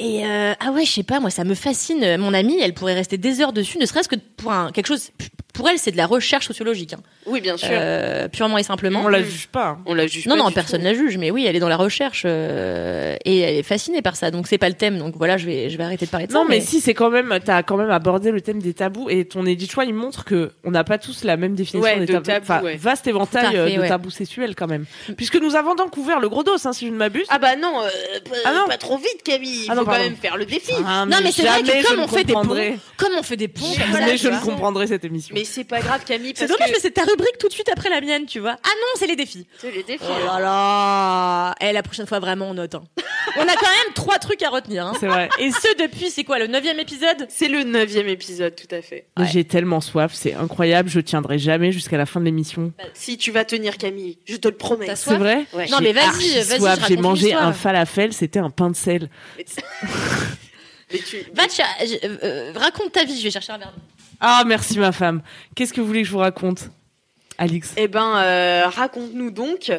S3: et euh, ah ouais je sais pas moi ça me fascine Euh, mon amie elle pourrait rester des heures dessus ne serait-ce que pour un, quelque chose pour elle c'est de la recherche sociologique hein.
S2: Oui, bien sûr.
S3: Euh, purement et simplement
S1: On la juge pas.
S2: on la juge
S3: non
S2: pas
S3: non
S2: du
S3: personne
S2: tout.
S3: la juge mais oui elle est dans la recherche euh, et elle est fascinée par ça donc c'est pas le thème donc voilà je vais je vais arrêter de parler de
S1: Non,
S3: ça
S1: mais si, c'est quand même, t'as quand même abordé le thème des tabous et ton edit choix, il montre que on n'a pas tous la même définition
S2: Ouais,
S1: des
S2: de
S1: tabous.
S2: tabous,
S1: Enfin,
S2: ouais.
S1: vaste
S3: Tout à
S1: éventail
S3: fait,
S1: euh, de
S3: ouais.
S1: tabous sexuels quand même. Puisque nous avons donc couvert le gros dos, hein, si je ne m'abuse.
S2: Ah bah non, euh, pas,
S1: Ah non.
S2: pas trop vite Camille, il
S1: Ah non,
S2: faut quand
S1: pardon.
S2: même faire le défi.
S1: Ah,
S3: non mais c'est vrai
S1: jamais
S3: que comme
S1: je
S3: on
S1: ne
S3: fait des
S1: comprendrai-
S3: ponts comme on fait des ponts
S2: Jamais
S3: voilà,
S1: mais
S3: tu
S1: je ne
S3: vois.
S1: comprendrais cette émission.
S2: Mais c'est pas grave Camille
S3: C'est
S2: parce
S3: dommage
S2: que
S3: parce que c'est ta rubrique tout de suite après la mienne, tu vois. Ah non, c'est les défis.
S2: c'est le défi.
S3: Oh là là Eh, la prochaine fois, vraiment, on note. hein. On a quand même trois trucs à retenir. hein.
S1: C'est vrai.
S3: Et ce, depuis, c'est quoi, le neuvième épisode
S2: C'est le neuvième épisode, tout à fait.
S1: Mais
S3: Ouais.
S1: J'ai tellement soif, c'est incroyable, je tiendrai jamais jusqu'à la fin de l'émission.
S2: Si tu vas tenir Camille, je te le promets.
S3: T'as
S1: C'est
S3: Soif
S1: vrai
S2: Bah, Ouais.
S3: Non, mais
S1: J'ai
S3: vas-y,
S1: archi
S3: vas-y, je
S1: soif, J'ai
S3: raconte
S1: mangé
S3: l'histoire.
S1: un falafel, c'était un pain de sel.
S2: Mais tu-
S3: Va, te cher- je- euh, euh, raconte ta vie, je vais chercher un verre.
S1: Ah, merci ma femme. Qu'est-ce que vous voulez que je vous raconte Alix
S2: Eh ben, euh, raconte-nous donc,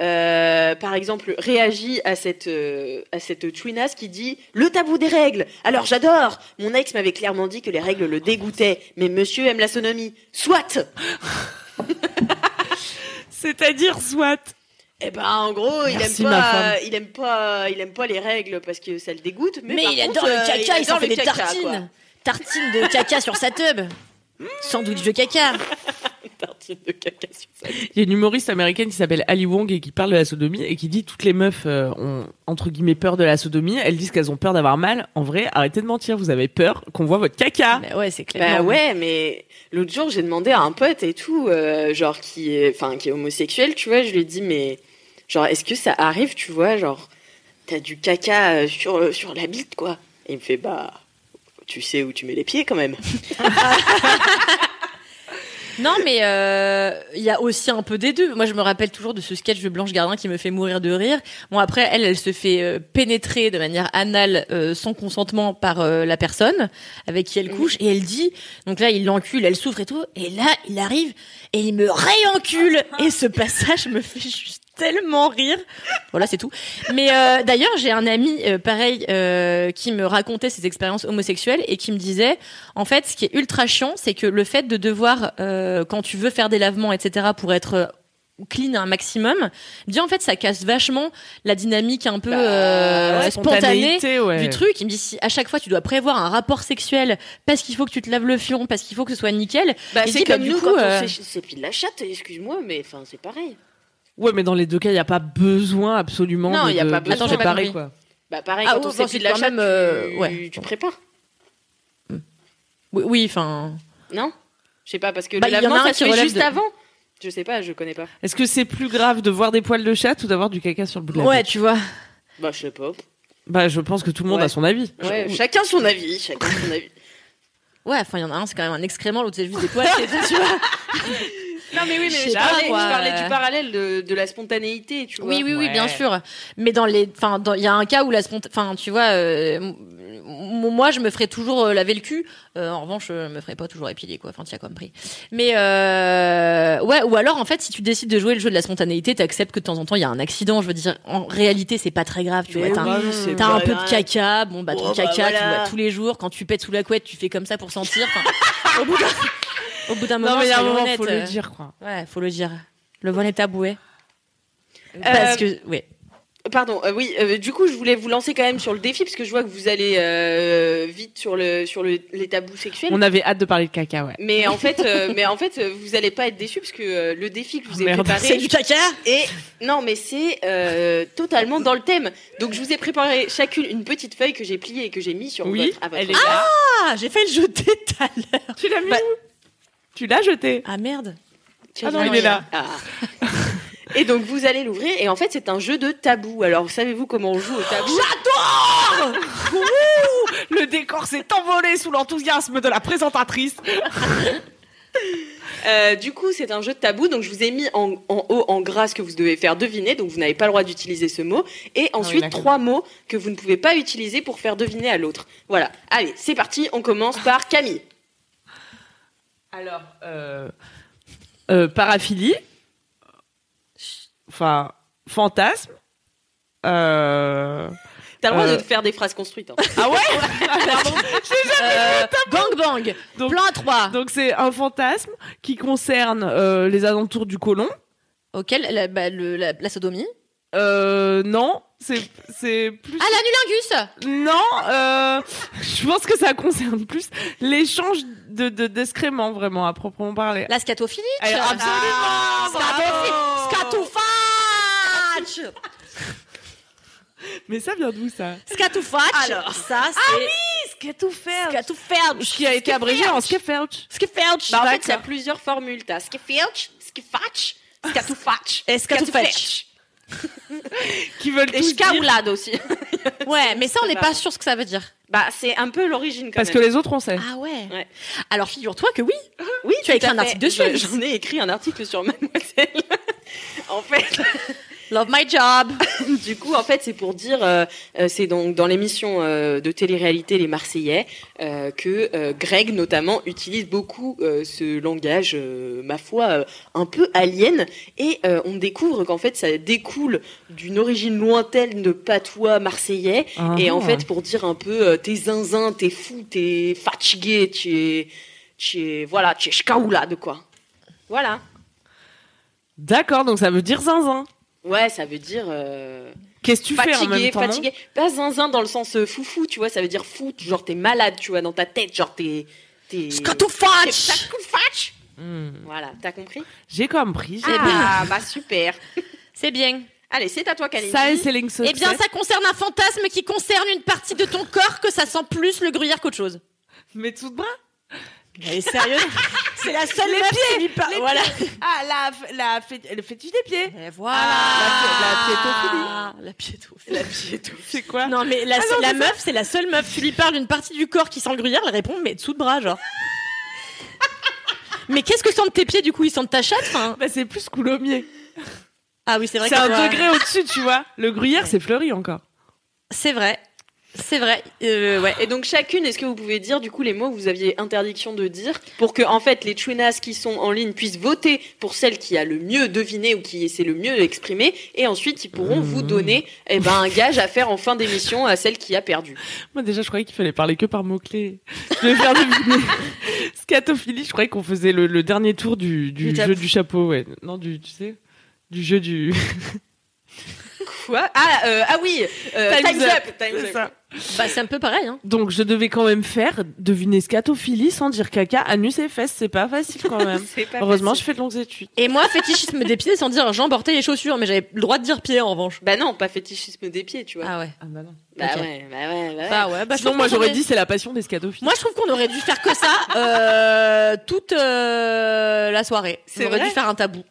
S2: euh, par exemple, réagis à cette, euh, à cette chouinasse qui dit le tabou des règles. Alors j'adore. Mon ex m'avait clairement dit que les règles le dégoûtaient, mais monsieur aime la sonomie. Soit.
S1: C'est-à-dire soit.
S2: Eh ben, en gros, il
S1: Merci,
S2: aime
S1: ma
S2: pas,
S1: femme.
S2: il aime pas, il aime pas les règles parce que ça le dégoûte. Mais,
S3: Mais,
S2: par
S3: il adore
S2: contre,
S3: le
S2: euh,
S3: caca, il,
S2: adore
S3: s'en fait
S2: le
S3: des
S2: caca,
S3: tartines.
S2: quoi. <laughs>
S3: Tartines de caca sur sa tub. <laughs> Sandwich de caca.
S2: Tartines de caca sur ça.
S1: Il y a une humoriste américaine qui s'appelle Ali Wong et qui parle de la sodomie et qui dit toutes les meufs euh, ont entre guillemets peur de la sodomie. Elles disent qu'elles ont peur d'avoir mal. En vrai, arrêtez de mentir. Vous avez peur qu'on voit votre caca.
S3: Bah ouais, c'est clair.
S2: Bah ouais, mais l'autre jour, j'ai demandé à un pote et tout, euh, genre qui est, enfin qui est homosexuel, tu vois, je lui ai dit mais genre est-ce que ça arrive, tu vois, genre t'as du caca euh, sur euh, sur la bite quoi. Et il me fait bah tu sais où tu mets les pieds quand même.
S3: Non, mais euh, il y a aussi un peu des deux. Moi, je me rappelle toujours de ce sketch de Blanche Gardin qui me fait mourir de rire. Bon, après, elle, elle se fait euh, pénétrer de manière anale, euh, sans consentement, par euh, la personne avec qui elle couche, et elle dit. Donc là, il l'encule, elle souffre et tout, et là, il arrive et il me réencule. Et ce passage me fait juste tellement rire. Voilà, c'est tout. Mais euh, d'ailleurs, j'ai un ami euh, pareil euh, qui me racontait ses expériences homosexuelles et qui me disait, en fait, ce qui est ultra chiant, c'est que le fait de devoir, euh, quand tu veux faire des lavements, etc., pour être euh, clean un maximum, eh bien en fait, ça casse vachement la dynamique un peu
S2: Bah,
S3: euh,
S1: La
S3: spontanée
S1: spontanéité, ouais.
S3: du truc. Il me dit si à chaque fois tu dois prévoir un rapport sexuel parce qu'il faut que tu te laves le fion, parce qu'il faut que ce soit nickel.
S2: Bah
S3: Il
S2: c'est
S3: dit, bah,
S2: comme
S3: du
S2: nous
S3: coup,
S2: quand
S3: euh,
S2: on s'é- s'épile la chatte, excuse-moi, mais enfin c'est pareil.
S1: Ouais, mais dans les deux cas, il n'y a pas besoin absolument
S2: Non,
S1: de,
S2: y a
S1: de-
S2: pas
S1: de
S2: besoin.
S1: se préparer,
S3: Attends,
S1: quoi.
S2: Bah pareil
S3: Ah,
S2: quand
S3: ouais,
S2: on
S3: enfin,
S2: s'épile
S3: c'est
S2: la
S3: quand
S2: chatte,
S3: même, euh,
S2: tu,
S3: ouais.
S2: tu prépares,
S3: Oui, oui, enfin.
S2: non Je sais pas parce que
S3: Bah,
S2: le
S3: il y en a
S2: lavement
S3: un
S2: ça
S3: qui
S2: se fait
S3: relève
S2: juste
S3: de-
S2: avant. Je sais pas, je connais pas.
S1: Est-ce que c'est plus grave de voir des poils de chat ou d'avoir du caca sur le bout de la
S3: Ouais,
S1: bouche
S3: tu vois.
S2: Bah je sais pas.
S1: Bah, je pense que tout le monde
S2: Ouais.
S1: a son avis.
S2: Ouais,
S1: Je-
S2: chacun son avis, chacun son avis.
S3: Ouais, enfin, il y en a un, c'est quand même un excrément, l'autre, c'est juste des poils. c'est- tu vois.
S2: Non mais oui,
S3: Je
S2: mais
S3: sais
S2: je,
S3: pas,
S2: parlais,
S3: quoi.
S2: je parlais du parallèle de, de la spontanéité, tu vois.
S3: <laughs> Oui, oui, oui, bien
S1: Ouais.
S3: sûr. Mais dans les, enfin, dans- il y a un cas où la sponta- enfin, tu vois, euh, m- m- moi, je me ferais toujours euh, laver le cul. Euh, en revanche, je me ferais pas toujours épiler, quoi. Enfin, tu as compris. Mais euh, ouais, ou alors, en fait, si tu décides de jouer le jeu de la spontanéité, t'acceptes que de temps en temps, il y a un accident. Je veux dire, en réalité, c'est pas très grave, tu vois. T'as un-
S1: oui, c'est
S3: T'as un peu
S2: grave.
S3: de caca, bon bah ton
S1: Oh,
S2: Bon, bah,
S3: caca, tu
S2: voilà.
S3: vois tous les jours. Quand tu pètes sous la couette, tu fais comme ça pour sentir.
S1: <laughs>
S3: Enfin, au bout d'un, au bout d'un moment,
S1: Non, mais il y a un
S3: soyons
S1: moment,
S3: honnêtes,
S1: faut
S3: euh,
S1: le dire, quoi.
S3: Ouais, faut le dire. Le vol est taboué.
S1: Euh,
S3: Parce que, ouais.
S2: Pardon, euh, oui, euh, du coup, je voulais vous lancer quand même sur le défi, parce que je vois que vous allez euh, vite sur, le, sur le, les tabous sexuels.
S1: On avait hâte de parler de caca, ouais.
S2: <laughs> Mais en fait, euh, mais en fait, euh, vous allez pas être déçus parce que euh, le défi que je vous ai
S1: Merde.
S2: préparé
S3: Ah, <laughs> C'est du caca
S2: Et non, mais c'est euh, totalement dans le thème. Donc, je vous ai préparé chacune une petite feuille que j'ai pliée et que j'ai mise sur
S1: Oui,
S2: votre, à votre
S1: elle est là.
S3: Ah, j'ai fait le jeter tout à l'heure.
S1: Tu l'as mis
S2: bah, Bah,
S1: Tu l'as jeté.
S3: Ah merde.
S1: Ah non, il est là.
S2: Ah. Et donc vous allez l'ouvrir et en fait c'est un jeu de tabou. Alors savez-vous comment on joue au tabou
S1: Le décor s'est envolé sous l'enthousiasme de la présentatrice.
S2: Euh, Du coup c'est un jeu de tabou donc je vous ai mis en, en haut en gras ce que vous devez faire deviner donc vous n'avez pas le droit d'utiliser ce mot
S1: Ah
S2: et ensuite
S3: d'accord.
S2: trois mots que vous ne pouvez pas utiliser pour faire deviner à l'autre. Voilà. Allez c'est parti on commence par Camille.
S1: Alors, euh, euh, paraphilie, enfin, fantasme. Euh...
S2: T'as le droit
S1: Euh.
S2: de faire des
S1: <laughs>
S2: phrases construites. hein.
S1: Ah ouais Pardon.
S3: Euh, bang bang.
S1: Ah, Donc-
S3: Plan 3.
S1: Donc c'est un fantasme qui concerne euh, les alentours du colon.
S3: Auquel la, bah, le- la, la sodomie.
S1: Euh, non, c'est c'est plus
S3: Ah l'anulingus.
S1: non. euh, je pense que ça concerne plus l'échange de de- d'excréments vraiment à proprement parler.
S3: La scatophilie.
S1: Eh,
S3: Ah,
S1: bravo. Ah.
S3: Scatoufage
S1: Mais ça vient d'où ça
S3: Scatoufage
S2: Alors.
S3: ça c'est
S1: Scatouferge.
S3: Scatoufage
S1: Qui a été abrégé en Scaferge.
S3: Scatoufage
S2: Bah, en fait, il y a plusieurs formules. T'as skifilch, skifatch,
S1: Ah.
S2: skatoufach,
S3: Et
S2: skatoufetch.
S1: Qui veulent
S2: Et
S1: tous dire-
S2: skaoulade aussi.
S3: Ouais, mais ça on n'est
S2: pas-
S3: pas sûr ce que ça veut dire.
S2: Bah, c'est un peu l'origine quand
S1: Parce que
S2: même.
S1: les autres on sait.
S3: Ah ouais.
S2: Ouais.
S3: Alors figure-toi que oui.
S2: Oui,
S3: tu as
S2: tout
S3: écrit
S2: à
S3: un
S2: fait.
S3: article dessus,
S2: Je-
S3: Alice.
S2: J'en ai écrit un article sur Mademoiselle. <laughs> en fait,
S3: Love my job.
S2: du coup, en fait, c'est pour dire, euh, euh, c'est donc dans l'émission euh, de télé-réalité Les Marseillais euh, que euh, Greg notamment utilise beaucoup euh, ce langage, euh, ma foi, euh, un peu alien. Et euh, on découvre qu'en fait, ça découle d'une origine lointaine de patois marseillais.
S1: Ah.
S2: Et
S3: Ah.
S2: en fait, pour dire un peu, euh, t'es zinzin, t'es fou, t'es fatigué, tu es, tu es, voilà, tu es shkaoulade, quoi. Voilà.
S1: D'accord, donc ça veut dire zinzin.
S2: Ouais, ça veut dire euh,
S1: Qu'est-ce que tu fais en
S2: fatigué,
S1: même temps non
S2: fatigué. Pas zinzin dans le sens euh, foufou, tu vois, ça veut dire fou, tu- genre t'es malade, tu vois, dans ta tête, genre t'es. t'es- t'es
S3: Scatoufage
S2: shkaoulfatch.
S1: Hmm.
S2: Voilà, t'as compris
S1: J'ai compris. j'ai-
S3: Ah.
S2: Ah, bah super.
S3: C'est bien.
S2: Allez, c'est à toi, Kalindi.
S1: Ça et c'est Link's
S3: Eh bien,
S1: Success.
S3: ça concerne un fantasme qui concerne une partie de ton corps que ça sent plus le gruyère qu'autre chose.
S1: Mais tout de bras.
S3: Mais sérieux <laughs> C'est la seule
S1: Les
S3: meuf qui lui parle.
S1: les
S3: Voilà.
S1: Ah, la, f- la fét- le fétiche des pieds.
S3: Et
S1: Ah,
S3: voilà. La piétophilie.
S2: La piéto.
S1: C'est quoi
S3: Non mais la,
S1: Ah non,
S3: la
S1: c'est
S3: meuf, c'est la seule meuf. Tu lui parles d'une partie du corps qui sent le gruyère, elle répond mais dessous de bras genre. mais qu'est-ce que sentent tes pieds du coup Ils sentent ta chatte enfin
S1: Bah, c'est plus coulommier.
S3: Ah oui c'est vrai.
S1: C'est
S3: que-
S1: un degré au-dessus, tu vois. Le gruyère,
S3: Ouais.
S1: c'est fleuri encore.
S3: C'est vrai. C'est vrai. Euh, ouais.
S2: Et donc chacune, est-ce que vous pouvez dire du coup les mots que vous aviez interdiction de dire pour que en fait les chouinas qui sont en ligne puissent voter pour celle qui a le mieux deviné ou qui s'est le mieux exprimé et ensuite ils pourront
S1: Mmh.
S2: vous donner eh ben un gage à faire en fin d'émission à celle qui a perdu.
S1: Moi, déjà, je croyais qu'il fallait parler que par mots-clés. Je vais faire deviner. Scatophilie, je croyais qu'on faisait le, le dernier tour du, du
S3: Du
S1: jeu
S3: tabou.
S1: du chapeau, ouais. Non, du, tu sais, du jeu du.
S2: Quoi Ah euh, ah oui, euh,
S1: Time's
S2: time's,
S1: up.
S2: up, time's
S1: C'est
S2: up.
S1: ça.
S3: Bah c'est un peu pareil hein.
S1: Donc, je devais quand même faire deviner scatophilie sans dire caca, anus et fesses. C'est <laughs> pas facile quand même.
S2: C'est pas
S1: Heureusement, je
S2: facile.
S1: fais de longues études.
S3: Et moi fétichisme des pieds sans dire jambes, orteils et chaussures, mais j'avais le droit de dire pieds en revanche.
S2: Bah non, pas fétichisme des pieds, tu vois.
S3: Ah ouais.
S1: Ah, bah non.
S2: bah,
S3: ok.
S2: ouais, bah ouais, bah ouais.
S3: Bah ouais. Bah, je
S1: Sinon,
S3: trouve
S1: moi,
S3: qu'on
S1: j'aurais
S3: aurait-
S1: dit c'est la passion des scatophiles.
S3: Moi, je trouve qu'on aurait dû faire que ça euh, toute euh, la soirée.
S2: C'est
S3: on aurait
S2: vrai
S3: dû faire un <laughs> tabou.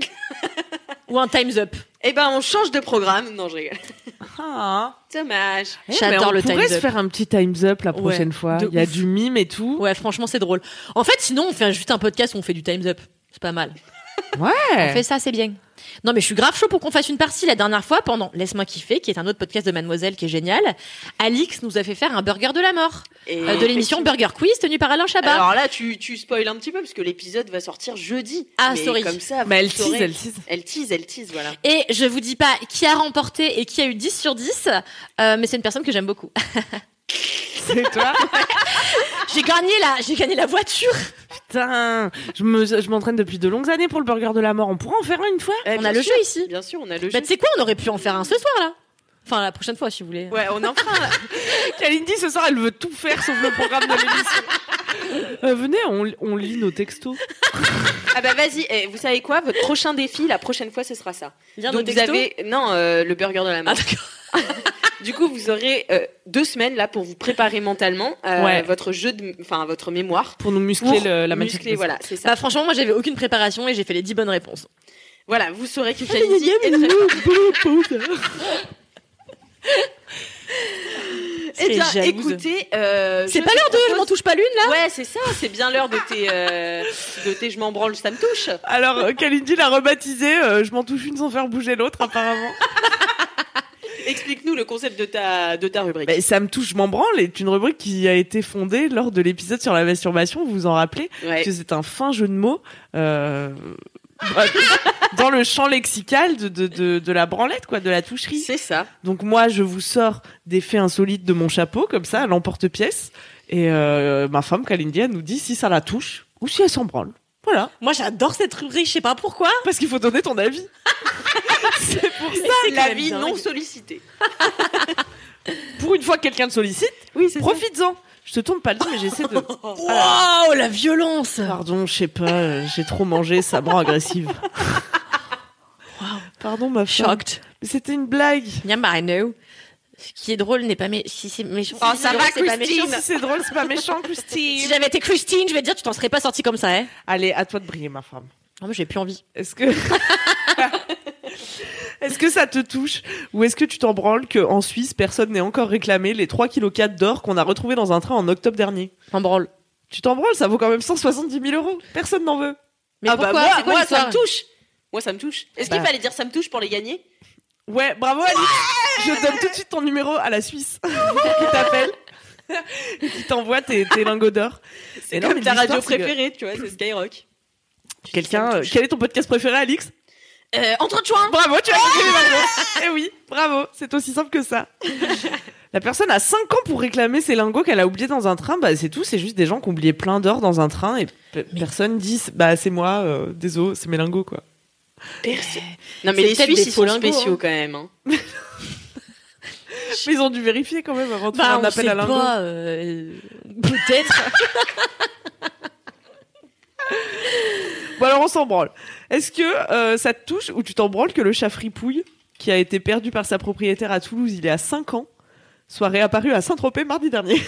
S3: Ou un time's up.
S2: Eh ben on change de programme. Non, je rigole. <laughs>
S1: Ah.
S2: Dommage.
S1: Eh,
S3: J'adore
S1: mais on
S3: le
S1: pourrait
S3: Time's
S1: se
S3: Up.
S1: faire un petit time's up la prochaine fois.
S3: de
S1: Il y a
S3: ouf.
S1: du mime et tout.
S3: Ouais, franchement, c'est drôle. En fait, sinon, on fait un- juste un podcast où on fait du time's up. C'est pas mal.
S1: Ouais.
S3: On fait ça, c'est bien. Non, mais je suis grave chaud pour qu'on fasse une partie. La dernière fois, pendant Laisse-moi kiffer, qui est un autre podcast de Mademoiselle qui est génial, Alix nous a fait faire un burger de la mort.
S2: Et
S3: euh, de l'émission Burger Quiz tenue par Alain Chabat.
S2: Alors là, tu, tu spoil un petit peu parce que l'épisode va sortir jeudi.
S3: Ah,
S2: Mais
S3: sorry.
S2: Comme
S1: Mais
S2: ça, vous
S1: Bah, elle tease,
S2: saurez-
S1: elle tease. <laughs>
S2: Elle tease, elle tease, voilà.
S3: Et je vous dis pas qui a remporté et qui a eu 10 sur 10, euh, mais c'est une personne que j'aime beaucoup. <laughs>
S1: C'est toi
S3: j'ai gagné la, j'ai gagné la voiture.
S1: Putain. Je me- je m'entraîne depuis de longues années pour le burger de la mort. On pourra en faire un une fois
S3: on a le jeu ici.
S2: Bien sûr, on a le
S3: Bah,
S2: jeu.
S3: tu sais quoi, on aurait pu en faire un ce soir là. Enfin, la prochaine fois si vous voulez.
S2: Ouais, on en fera un.
S1: Eh, Kalindi, ce soir, elle veut tout faire sauf le programme de l'émission. <laughs> Euh, venez, on, on lit nos textos.
S2: Ah bah vas-y, eh, vous savez quoi Votre prochain défi, la prochaine fois, ce sera ça.
S3: Lire nos
S2: Donc vous
S3: textos.
S2: avez... Non, euh, le burger de la
S3: Ah,
S2: mort.
S3: d'accord.
S2: Du coup, vous aurez euh, deux semaines là pour vous préparer mentalement euh,
S1: Ouais.
S2: votre jeu, de- enfin votre mémoire.
S1: Pour nous muscler
S2: Pour
S1: le- la
S2: muscler,
S1: Magic Missile.
S2: voilà, c'est ça.
S3: Bah franchement, moi j'avais aucune préparation et j'ai fait les 10 bonnes réponses.
S2: Voilà, vous saurez que Kalindi est très Eh
S1: C'est
S2: Eh bien,
S1: jalouse.
S2: écoutez, euh,
S3: C'est
S2: je
S3: pas
S2: vous
S3: l'heure de je m'en
S2: propose-
S3: touche pas l'une là
S2: Ouais, c'est ça, c'est bien l'heure de tes, euh, de tes je m'en branle, ça me touche.
S1: Alors, euh, Kalindi l'a rebaptisé euh, Je m'en touche une sans faire bouger l'autre, <laughs> apparemment.
S2: Explique-nous le concept de ta, de ta rubrique.
S1: Ben, ça me touche, je m'en branle est une rubrique qui a été fondée lors de l'épisode sur la masturbation, vous vous en rappelez,
S2: Ouais.
S1: parce que c'est un fin jeu de mots euh, <laughs> dans le champ lexical de, de, de, de la branlette, quoi, de la toucherie.
S2: C'est ça.
S1: Donc moi, je vous sors des faits insolites de mon chapeau, comme ça, à l'emporte-pièce, et euh, ma femme, Kalindi, elle nous dit si ça la touche ou si elle s'en branle. Voilà,
S3: Moi j'adore cette rubrique, je sais pas pourquoi.
S1: parce qu'il faut donner ton avis. <laughs> c'est pour ça.
S2: C'est la
S3: même
S2: vie
S3: dingue.
S2: non sollicitée.
S1: Pour une fois que quelqu'un te sollicite,
S2: Oui,
S1: <laughs>
S2: c'est
S1: profites-en. Je te tourne pas le dos, mais j'essaie de...
S3: Waouh, la
S1: <laughs>
S3: violence
S2: Ah,
S1: Pardon, je sais pas, euh, j'ai trop mangé, ça me rend <laughs> agressive. Pardon, ma femme.
S3: Shocked.
S1: Mais C'était une blague.
S3: Yeah, but I know. Ce qui est drôle n'est pas mé- si c'est méchant.
S2: Oh,
S3: si
S2: ça
S3: c'est
S2: va,
S3: drôle, c'est pas
S2: Christine.
S3: méchant.
S1: Si c'est drôle, c'est pas méchant,
S3: Si
S2: Bah,
S1: Christine.
S3: j'avais été Christine, je vais te dire, tu t'en serais pas sortie comme ça, hein
S1: Allez, à toi de briller, ma femme.
S3: Non, mais j'ai plus envie.
S1: Est-ce que. <laughs> est-ce que ça te touche Ou est-ce que tu t'en branles qu'en Suisse, personne n'ait encore réclamé les 3,4 kg d'or qu'on a retrouvé dans un train en octobre dernier
S3: En branle.
S1: Tu t'en branles, ça vaut quand même 170 000 euros. Personne n'en veut.
S3: Mais
S2: ah bah
S3: pourquoi
S2: moi,
S3: C'est quoi
S2: moi,
S3: l'histoire
S2: ça me touche. Moi, ça me touche. Est-ce qu'il
S1: Bah.
S2: fallait dire ça me touche pour les gagner
S1: Ouais, bravo Alice Je donne tout de suite ton numéro à la Suisse <laughs> qui t'appelle, qui t'envoie tes, tes lingots d'or.
S2: C'est
S1: Et non,
S2: comme
S1: mais
S2: ta radio
S1: l'histoire, c'est que-
S2: préférée, tu vois, c'est Skyrock.
S1: Quelqu'un,
S2: Ça me
S1: euh,
S2: touche.
S1: quel est ton podcast préféré, Alix
S2: Euh, entre chouins
S1: Bravo, tu as gagné les lingots. Eh oui, bravo, c'est aussi simple que ça. La personne a 5 ans pour réclamer ses lingots qu'elle a oubliés dans un train. Bah, c'est tout, c'est juste des gens qui ont oublié plein d'or dans un train et pe- personne dit bah c'est moi, euh, désolé, c'est mes lingots quoi.
S2: Non, mais
S3: C'est
S2: les
S3: peut-être
S2: Suisses,
S3: des
S2: ils
S3: faux
S2: sont
S3: lingots,
S2: spéciaux
S3: hein.
S2: quand même. hein.
S1: Mais ils ont dû vérifier quand même avant de faire
S3: Bah,
S1: un
S3: on
S1: appel
S3: sait
S1: à lingots.
S3: pas, euh,
S2: <laughs>
S3: Peut-être.
S1: Bon alors on s'en branle. Est-ce que euh, ça te touche ou tu t'en branles que le chat fripouille, qui a été perdu par sa propriétaire à Toulouse il y a 5 ans, soit réapparu à Saint-Tropez mardi dernier <laughs>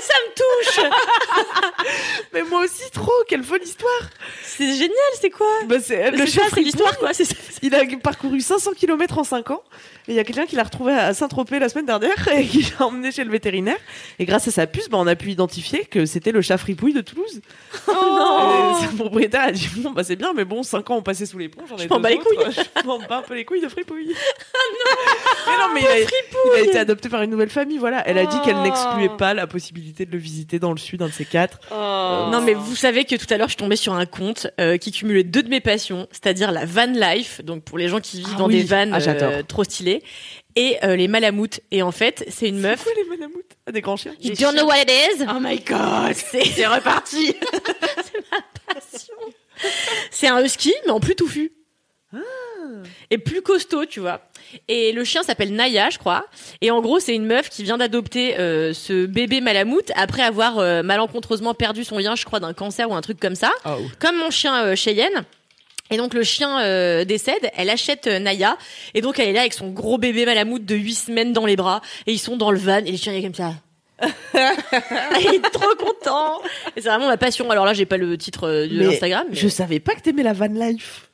S3: ça me touche
S1: Mais moi aussi trop, quelle folle histoire
S3: C'est génial, c'est quoi
S1: Bah, c'est- Le chat
S3: C'est ça, c'est
S1: fripouille,
S3: l'histoire, quoi. C'est ça.
S1: il a parcouru 500 km en 5 ans, et il y a quelqu'un qui l'a retrouvé à Saint-Tropez la semaine dernière <laughs> et qui l'a emmené chez le vétérinaire. Et grâce à sa puce, bah, on a pu identifier que c'était le chat fripouille de Toulouse. Et son propriétaire a dit bon bah c'est bien mais bon 5 ans ont passé sous les ponts j'en ai
S3: Je m'en
S1: deux
S3: bats les
S1: autres. <laughs> je m'en bats un peu les couilles de fripouille ah non mais non
S3: Oh,
S1: mais il a, il a été adopté par une nouvelle famille voilà elle a dit qu'elle
S2: Oh.
S1: n'excluait pas la possibilité de le visiter dans le sud un de ces quatre
S2: Oh.
S3: Non mais vous savez que tout à l'heure je suis tombée sur un compte euh, qui cumulait deux de mes passions, c'est-à-dire la van life, donc pour les gens qui vivent
S1: Ah
S3: dans
S1: oui.
S3: des vannes
S1: Ah, j'adore.
S3: euh, trop stylées, et euh, les malamoutes. Et en fait c'est une meuf.
S1: quoi les manamoutes Ah, des grands chiens
S3: You don't know what it is.
S2: Oh my
S3: <laughs>
S2: god
S3: C'est
S2: C'est
S3: <laughs>
S2: reparti
S3: c'est un husky mais en plus touffu.
S2: Ah.
S3: Et plus costaud, tu vois. Et le chien s'appelle Naya, je crois. Et en gros, c'est une meuf qui vient d'adopter euh, ce bébé malamoute après avoir euh, malencontreusement perdu son lien, je crois, d'un cancer ou un truc comme ça.
S1: Oh.
S3: comme mon chien euh, Cheyenne. Et donc le chien euh, décède, elle achète euh, Naya, et donc elle est là avec son gros bébé malamoute de 8 semaines dans les bras, et ils sont dans le van, et le chien il est comme
S2: <laughs>
S3: ça. il est trop content. Et c'est vraiment ma passion. Alors là, j'ai pas le titre euh, de
S1: Mais
S3: Instagram. Mais...
S1: je savais pas que t'aimais la van life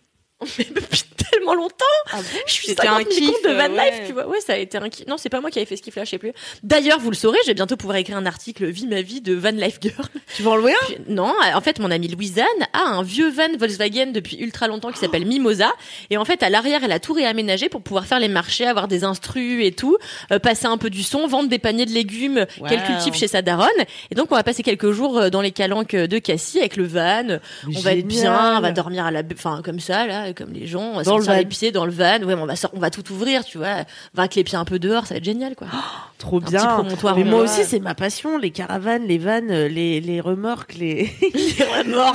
S3: Mais <laughs> depuis tellement longtemps,
S1: Ah bon
S3: je suis
S2: C'était un
S3: 50 000
S2: kiff,
S3: comptes de Van
S2: euh,
S3: Life,
S2: ouais.
S3: tu vois. Ouais, ça a été un kiff. Non, c'est pas moi qui avais fait ce kiff-là, je sais plus. D'ailleurs, vous le saurez, je vais bientôt pouvoir écrire un article Vie ma vie de Van Life Girl.
S1: tu vas en louer un
S3: Puis- Non, en fait, mon amie Louisanne a un vieux van Volkswagen depuis ultra longtemps qui s'appelle Mimosa. Et en fait, à l'arrière, elle a tout réaménagé pour pouvoir faire les marchés, avoir des instrus et tout, euh, passer un peu du son, vendre des paniers de légumes
S1: Wow.
S3: qu'elle cultive chez sa daronne. Et donc, on va passer quelques jours euh, dans les calanques de Cassis avec le van. On va être bien, on va dormir à la, bu- enfin comme ça là, comme les gens, on va
S1: Dans
S3: sortir
S1: le van.
S3: les pieds dans le van. Ouais, mais on va sor- on va tout ouvrir, tu vois, on va avec les pieds un peu dehors, ça va être
S1: <laughs>
S3: génial quoi. <laughs>
S1: trop
S3: petit
S1: bien
S3: promontoire,
S1: mais
S3: ouais.
S1: moi aussi c'est ma passion les caravanes les vannes euh, les, les remorques les
S3: les remords,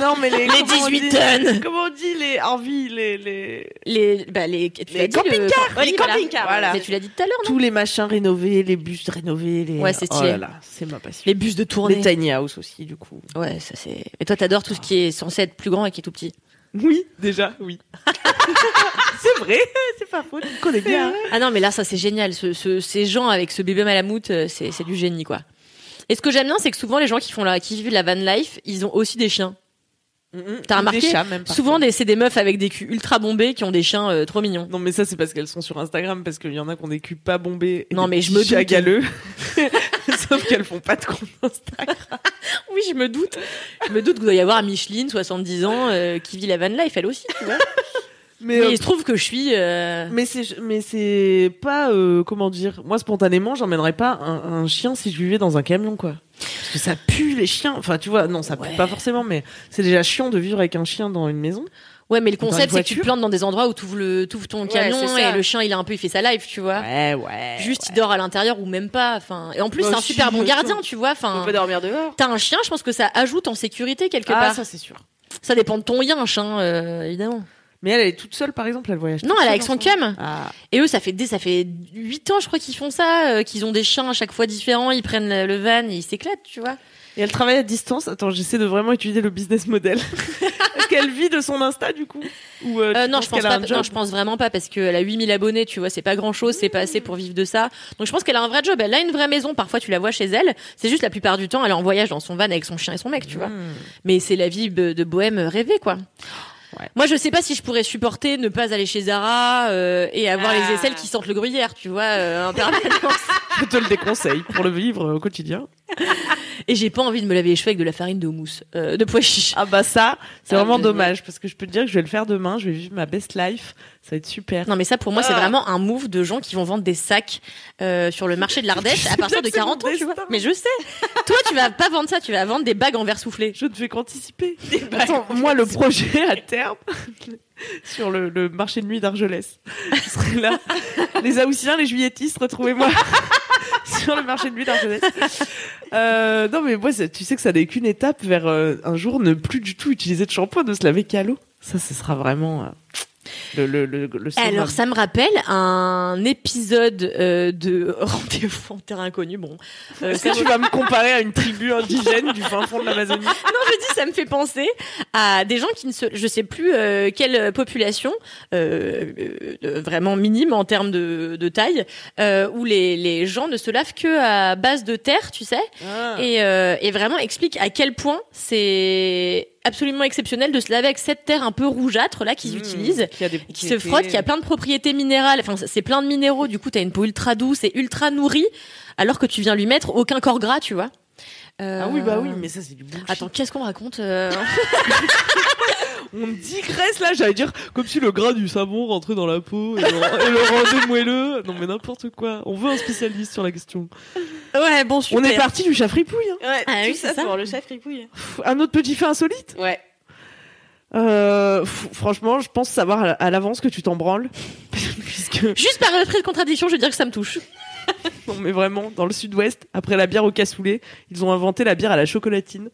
S1: <laughs> non mais les,
S3: les
S1: comment on
S3: 18
S1: dit
S3: tonnes,
S1: comment on dit les envies les, les...
S3: les bah les tu
S1: Les
S3: l'as dit, le-
S1: camping-cars,
S3: Ouais,
S2: les
S3: voilà.
S2: camping-cars,
S1: voilà.
S3: Mais tu l'as dit tout à l'heure, non
S1: tous les machins rénovés, les bus rénovés, les.
S3: Ouais, c'est stylé.
S1: Oh là là, c'est ma passion.
S3: Les bus de
S1: Les,
S3: tournée.
S1: tiny house aussi, du coup.
S3: Ouais, ça c'est. Mais toi, t'adores tout ce qui est censé être plus grand et qui est tout petit.
S1: Oui, déjà, <laughs> oui. c'est vrai, c'est pas faux, tu me connais bien.
S3: Ah non, mais là, ça c'est génial. Ce- ce- ces gens avec ce bébé malamoute, euh, c'est c'est du génie, quoi. Et ce que j'aime bien, c'est que souvent les gens qui font la, qui vivent la van life, ils ont aussi des chiens. Mm, T'as remarqué,
S1: Des chats, même, parfois.
S3: Souvent, des- c'est des meufs avec des culs ultra bombés qui ont des chiens euh, trop mignons.
S1: Non, mais ça, c'est parce qu'elles sont sur Instagram, parce qu'il y en a qui ont des culs pas bombés. et
S3: Non,
S1: des
S3: mais je
S1: petits
S3: me
S1: chats
S3: doute.
S1: galeux. <laughs> Sauf qu'elles font pas de compte Instagram.
S3: <laughs> Oui, je me doute. Je me doute qu'il doit y avoir Micheline, 70 ans, euh, qui vit la van life, elle aussi.
S1: Mais,
S3: Mais
S1: euh,
S3: il se trouve que je suis. euh,
S1: mais c'est, mais c'est pas, euh, comment dire. Moi, spontanément, j'emmènerais pas un, un chien si je vivais dans un camion, quoi. Parce que ça pue, les chiens. Enfin, tu vois, non, ça pue
S3: Ouais.
S1: pas forcément, mais c'est déjà chiant de vivre avec un chien dans une maison.
S3: Ouais, mais le
S1: Dans une
S3: concept, c'est que tu te
S1: voiture.
S3: plantes dans des endroits où tu ouvres, le, t'ouvres ton camion
S2: c'est ça.
S3: et le chien, il a un peu, il fait sa life, tu vois.
S1: Ouais, Eh, ouais.
S3: Juste, il dort à l'intérieur ou même pas. Enfin, et en plus,
S1: Bah,
S3: c'est un
S1: si,
S3: super bon
S1: bien sûr.
S3: gardien, tu vois. Enfin,
S2: On peut dormir dehors.
S3: t'as un chien, je pense que ça ajoute en sécurité quelque
S1: Ah,
S3: part.
S1: ça, c'est sûr.
S3: Ça dépend de ton yinche, hein, euh, évidemment.
S1: Mais elle, elle est toute seule, par exemple, elle voyage.
S3: Non,
S1: toute
S3: elle a
S1: seule
S3: avec son
S1: ensemble.
S3: cum.
S1: Ah.
S3: Et eux, ça fait des, ça fait 8 ans, je crois, qu'ils font ça, euh, qu'ils ont des chiens à chaque fois différents, ils prennent le, le van et ils s'éclatent, tu vois.
S1: Et elle travaille à distance. Attends, j'essaie de vraiment étudier le business model. <laughs> Est-ce qu'elle vit de son Insta du coup Ou, euh, tu
S3: Euh, non,
S1: penses
S3: je pense
S1: qu'elle a
S3: pas,
S1: un job
S3: non, je pense vraiment pas parce qu'elle a 8000 abonnés, tu vois, c'est pas grand chose, c'est pas
S1: Mmh.
S3: assez pour vivre de ça. Donc je pense qu'elle a un vrai job, elle a une vraie maison, parfois tu la vois chez elle, c'est juste la plupart du temps, elle est en voyage dans son van avec son chien et son mec, tu vois.
S1: Hmm.
S3: Mais c'est la vie be- de bohème rêvée, quoi.
S1: Ouais.
S3: Moi, je sais pas si je pourrais supporter ne pas aller chez Zara euh, et avoir
S2: Ah.
S3: les aisselles qui sentent le gruyère, tu vois, euh, en permanence.
S1: Je te le déconseille pour le vivre au quotidien.
S3: <laughs> et j'ai pas envie de me laver les cheveux avec de la farine de mousse, euh, de pois chiche.
S1: Ah bah ça, c'est
S3: Ah,
S1: vraiment
S3: désolé.
S1: dommage parce que je peux te dire que je vais le faire demain. Je vais vivre ma best life. Ça va être super.
S3: Non, mais ça, pour moi, c'est
S1: Ah.
S3: vraiment un move de gens qui vont vendre des sacs euh, sur le marché de l'Ardèche à <laughs>
S1: C'est
S3: partir
S1: bien
S3: de
S1: que c'est
S3: 40 ans,
S1: mon
S3: tu vois.
S1: destin.
S3: Mais je sais. <laughs> Toi, tu vas pas vendre ça, tu vas vendre des bagues en verre soufflé.
S1: Je ne fais
S3: <laughs>
S1: qu'anticiper. Attends, moi le projet à terme <laughs> sur le, le marché de nuit d'Argelès. Je serai
S3: <laughs>
S1: là. les Haussiens, les Juilletistes, retrouvez-moi <laughs> sur le marché de nuit d'Argelès. Euh, non mais moi, c'est- tu sais que ça n'est qu'une étape vers euh, un jour ne plus du tout utiliser de shampoing, de se laver qu'à l'eau. Ça, ce sera vraiment euh, le le le, le summum.
S3: Alors, ça me rappelle un épisode euh, de <laughs> Rendez-vous en terrain inconnu. Bon, euh,
S1: Est-ce
S3: ça
S1: que tu vas me comparer à une tribu indigène du fin fond de l'Amazonie
S3: Non, <laughs> je dis, ça me fait penser à des gens qui ne se, je sais plus euh, quelle population, euh, euh, euh, vraiment minime en termes de, de taille, euh, où les, les gens ne se lavent que à base de terre, tu sais,
S1: Ah.
S3: et, euh, et vraiment explique à quel point c'est absolument exceptionnel de se laver avec cette terre un peu rougeâtre là qu'ils
S1: Mmh,
S3: utilisent.
S1: qui, a des
S3: Qui se frotte, qui a plein de propriétés minérales, enfin c'est- c'est plein de minéraux, du coup t'as une peau ultra douce et ultra nourrie, alors que tu viens lui mettre aucun corps gras, tu vois. Euh,
S1: Ah oui, bah oui, mais ça c'est du bullshit.
S3: Attends, qu'est-ce qu'on raconte euh,
S1: On digresse là, j'allais dire comme si le gras du savon rentrait dans la peau et le, et le rendu moelleux. Non mais n'importe quoi. On veut un spécialiste sur la question.
S3: Ouais, bon, super.
S1: On est parti du chafripouille. hein.
S2: Ouais,
S3: Ah
S2: tout
S3: oui, c'est
S2: ça,
S3: ça.
S2: pour le chef ripouille.
S1: Pff, Un autre petit fait insolite.
S2: Ouais.
S1: Euh, pff, franchement, je pense savoir à- à l'avance que tu t'en branles. <laughs> Puisque,
S3: Juste par esprit de contradiction, je veux dire que ça me touche.
S1: non mais vraiment, dans le sud-ouest, après la bière au cassoulet, ils ont inventé la bière à la chocolatine.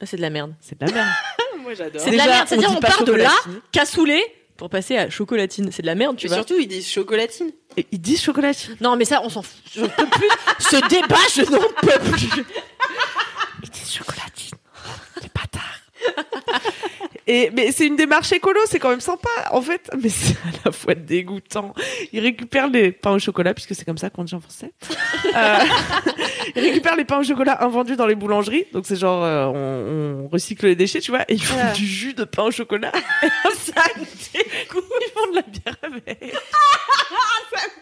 S3: Ah, C'est de la merde.
S1: C'est de la merde.
S2: Ah, Moi j'adore.
S3: C'est de la
S1: Déjà,
S3: merde, c'est-à-dire
S1: dit
S3: on
S1: pas
S3: part de là,
S1: chocolatine.
S3: Cassoulet pour passer à chocolatine. C'est de la merde, tu
S2: Mais
S3: vois.
S2: surtout, ils disent chocolatine.
S1: Et Ils disent <laughs> chocolatine.
S3: Non, mais ça, on s'en fout. Je peux plus. <laughs> Ce débat, je n'en peux plus.
S1: Ils disent chocolatine. Les bâtards. Et, mais c'est une démarche écolo, c'est quand même sympa, en fait. Mais c'est à la fois dégoûtant. Ils récupèrent les pains au chocolat, puisque c'est comme ça qu'on dit en
S3: <laughs>
S1: français. Euh, ils récupèrent les pains au chocolat invendus dans les boulangeries. Donc c'est genre, euh, on, on recycle les déchets, tu vois. Et ils font
S2: Ouais.
S1: du jus de pain au chocolat. <laughs>
S2: ça me dégoûte.
S1: Ils font de la bière avec.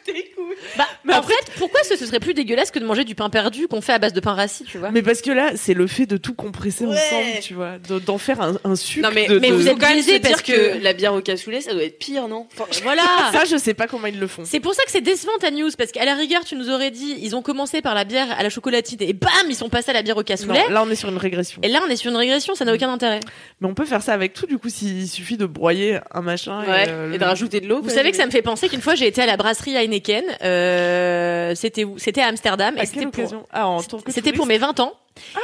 S2: dégoûte.
S3: Bah,
S1: Mais
S3: en
S1: après-
S3: fait, pourquoi ce, ce serait plus dégueulasse que de manger du pain perdu qu'on fait à base de pain rassis, tu vois
S1: Mais parce que là, c'est le fait de tout compresser
S2: Ouais.
S1: ensemble, tu vois. de- D'en faire un, un sucre.
S2: Non, mais-
S1: de-
S3: mais
S1: de-
S3: vous
S2: Faut
S3: êtes
S2: quand même
S3: biaisé
S2: se dire
S3: parce que-
S2: que la bière au cassoulet, ça doit être pire, non Enfin,
S3: <laughs> Voilà.
S1: Ça, je sais pas comment ils le font.
S3: C'est pour ça que c'est décevant ta news parce qu'à la rigueur, tu nous aurais dit, ils ont commencé par la bière à la chocolatine et bam, ils sont passés à la bière au cassoulet.
S1: Non, là, on est sur une régression.
S3: Et là, on est sur une régression, ça n'a aucun intérêt.
S1: Mais on peut faire ça avec tout, du coup, s'il suffit de broyer un machin.
S2: Ouais,
S1: et, euh,
S2: et de rajouter de l'eau.
S3: Vous savez que ça me fait penser qu'une fois j'ai été à la brasserie Heineken, euh, c'était où C'était à Amsterdam
S1: À
S3: et
S1: quelle
S3: c'était pour
S1: occasion Ah, en tant que Ah.
S3: c'était pour mes 20 ans.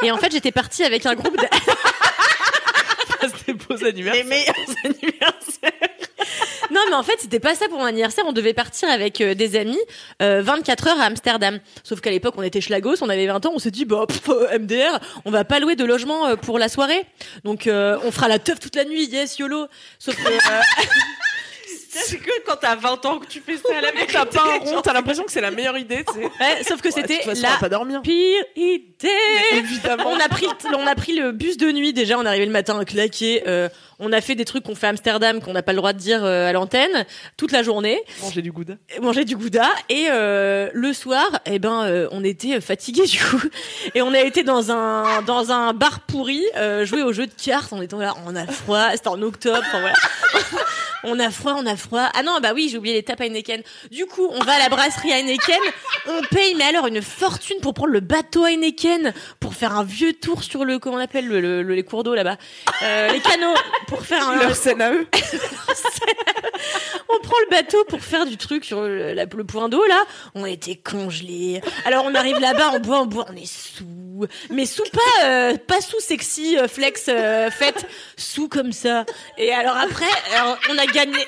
S3: Et en fait, j'étais partie avec
S1: <laughs>
S3: un groupe de... <laughs>
S1: C'était beaux anniversaires.
S2: meilleurs anniversaires.
S3: Non, mais en fait, c'était pas ça pour mon anniversaire. On devait partir avec euh, des amis euh, 24 heures à Amsterdam. Sauf qu'à l'époque, on était schlagos, on avait 20 ans, on s'est dit, bah, pff, euh, MDR, on va pas louer de logement euh, pour la soirée. Donc, euh, on fera la teuf toute la nuit, yes, YOLO.
S1: <laughs>
S3: Sauf que. euh,
S2: C'est que quand t'as 20 ans que tu fais ça à la
S1: T'as pas un rond, t'as l'impression que c'est la meilleure idée. tu sais.
S3: ouais, sauf que c'était
S1: Ouais, de toute façon, on
S3: la
S1: va pas dormir.
S3: pire idée.
S1: Évidemment.
S3: <laughs> On a pris, le- on a pris le bus de nuit déjà. On est arrivé le matin claqué. euh, on a fait des trucs qu'on fait à Amsterdam qu'on n'a pas le droit de dire euh, à l'antenne toute la journée.
S1: Manger du gouda.
S3: euh, manger du gouda et euh, le soir eh ben euh, on était fatigués <laughs> du coup et on a été dans un dans un bar pourri euh, jouer au jeu de cartes en étant là on a froid c'était en octobre enfin, voilà <laughs> on a froid on a froid ah non bah oui j'ai oublié les tapes à Heineken du coup on va à la brasserie Heineken on paye mais alors une fortune pour prendre le bateau Heineken pour faire un vieux tour sur le comment on appelle le, le- le- les cours d'eau là-bas Euh, les canaux pour faire un,
S1: Leur scène à eux.
S3: on prend le bateau pour faire du truc sur le, la- le point d'eau là. On était congelés. Alors on arrive là-bas, on boit, on boit, on est sous. Mais sous pas euh, pas sous sexy euh, flex euh, fête, sous comme ça. Et alors après, alors, on a gagné,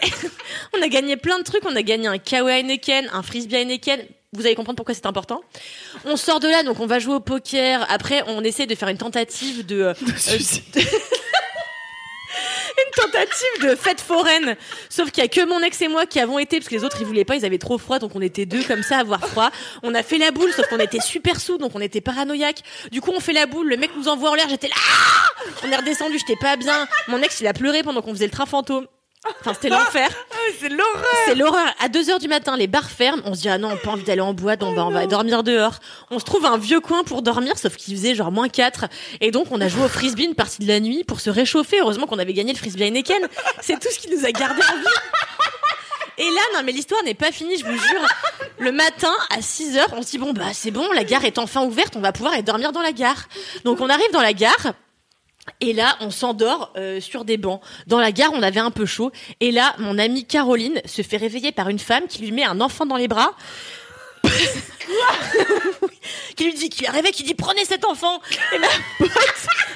S3: <laughs> on a gagné plein de trucs. On a gagné un kawaii Heineken, un frisbee Heineken. Vous allez comprendre pourquoi c'est important. On sort de là, donc on va jouer au poker. Après, on essaie de faire une tentative de euh, une tentative de fête foraine. Sauf qu'il y a que mon ex et moi qui avons été, parce que les autres ils voulaient pas, ils avaient trop froid, donc on était deux comme ça à avoir froid. On a fait la boule, sauf qu'on était super sous, donc on était paranoïaque. Du coup, on fait la boule, le mec nous envoie en l'air, j'étais là. Ah On est redescendu, j'étais pas bien. Mon ex il a pleuré pendant qu'on faisait le train fantôme. Enfin, c'était l'enfer.
S1: C'est l'horreur.
S3: C'est l'horreur. À 2h du matin, les bars ferment. On se dit, ah non, on a pas envie d'aller en boîte, bah, on va, on va dormir dehors. On se trouve un vieux coin pour dormir, sauf qu'il faisait genre moins 4. Et donc, on a joué au frisbee une partie de la nuit pour se réchauffer. Heureusement qu'on avait gagné le frisbee Heineken. C'est tout ce qui nous a gardé en vie. Et là, non, mais l'histoire n'est pas finie, je vous jure. Le matin, à 6 heures, on se dit, bon, bah, c'est bon, la gare est enfin ouverte, on va pouvoir aller dormir dans la gare. Donc, on arrive dans la gare. Et là, on s'endort euh, sur des bancs. Dans la gare, on avait un peu chaud. Et là, mon amie Caroline se fait réveiller par une femme qui lui met un enfant dans les bras. <laughs> qui lui dit, qui lui a rêvé, qui dit prenez cet enfant. Et ma pote,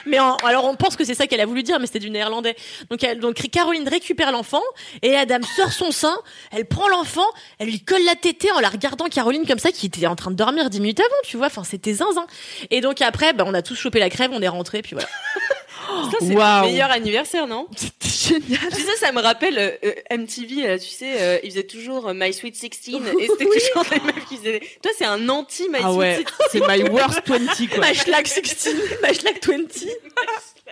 S3: mais en- alors on pense que c'est ça qu'elle a voulu dire, mais c'était du néerlandais. Donc, elle, donc Caroline récupère l'enfant et la dame sort son sein, elle prend l'enfant, elle lui colle la tétée en la regardant Caroline comme ça qui était en train de dormir dix minutes avant, tu vois. Enfin, c'était zinzin. Et donc après, bah, on a tous chopé la crève, on est rentré, puis voilà. Oh,
S2: c'est
S1: Waouh.
S2: le meilleur anniversaire, non
S1: C'était génial.
S2: Ah, Tu sais, ça me rappelle euh, euh, MTV, là, tu sais, euh, ils faisaient toujours euh, My Sweet 16 et <laughs> c'était
S1: Oui.
S2: toujours les meufs qui faisaient. des- Toi, c'est un anti My
S1: Ah
S2: Sweet
S1: ouais,
S2: 16.
S1: c'est my worst 20 quoi.
S3: <laughs> Ma schlag 16, ma schlag 20.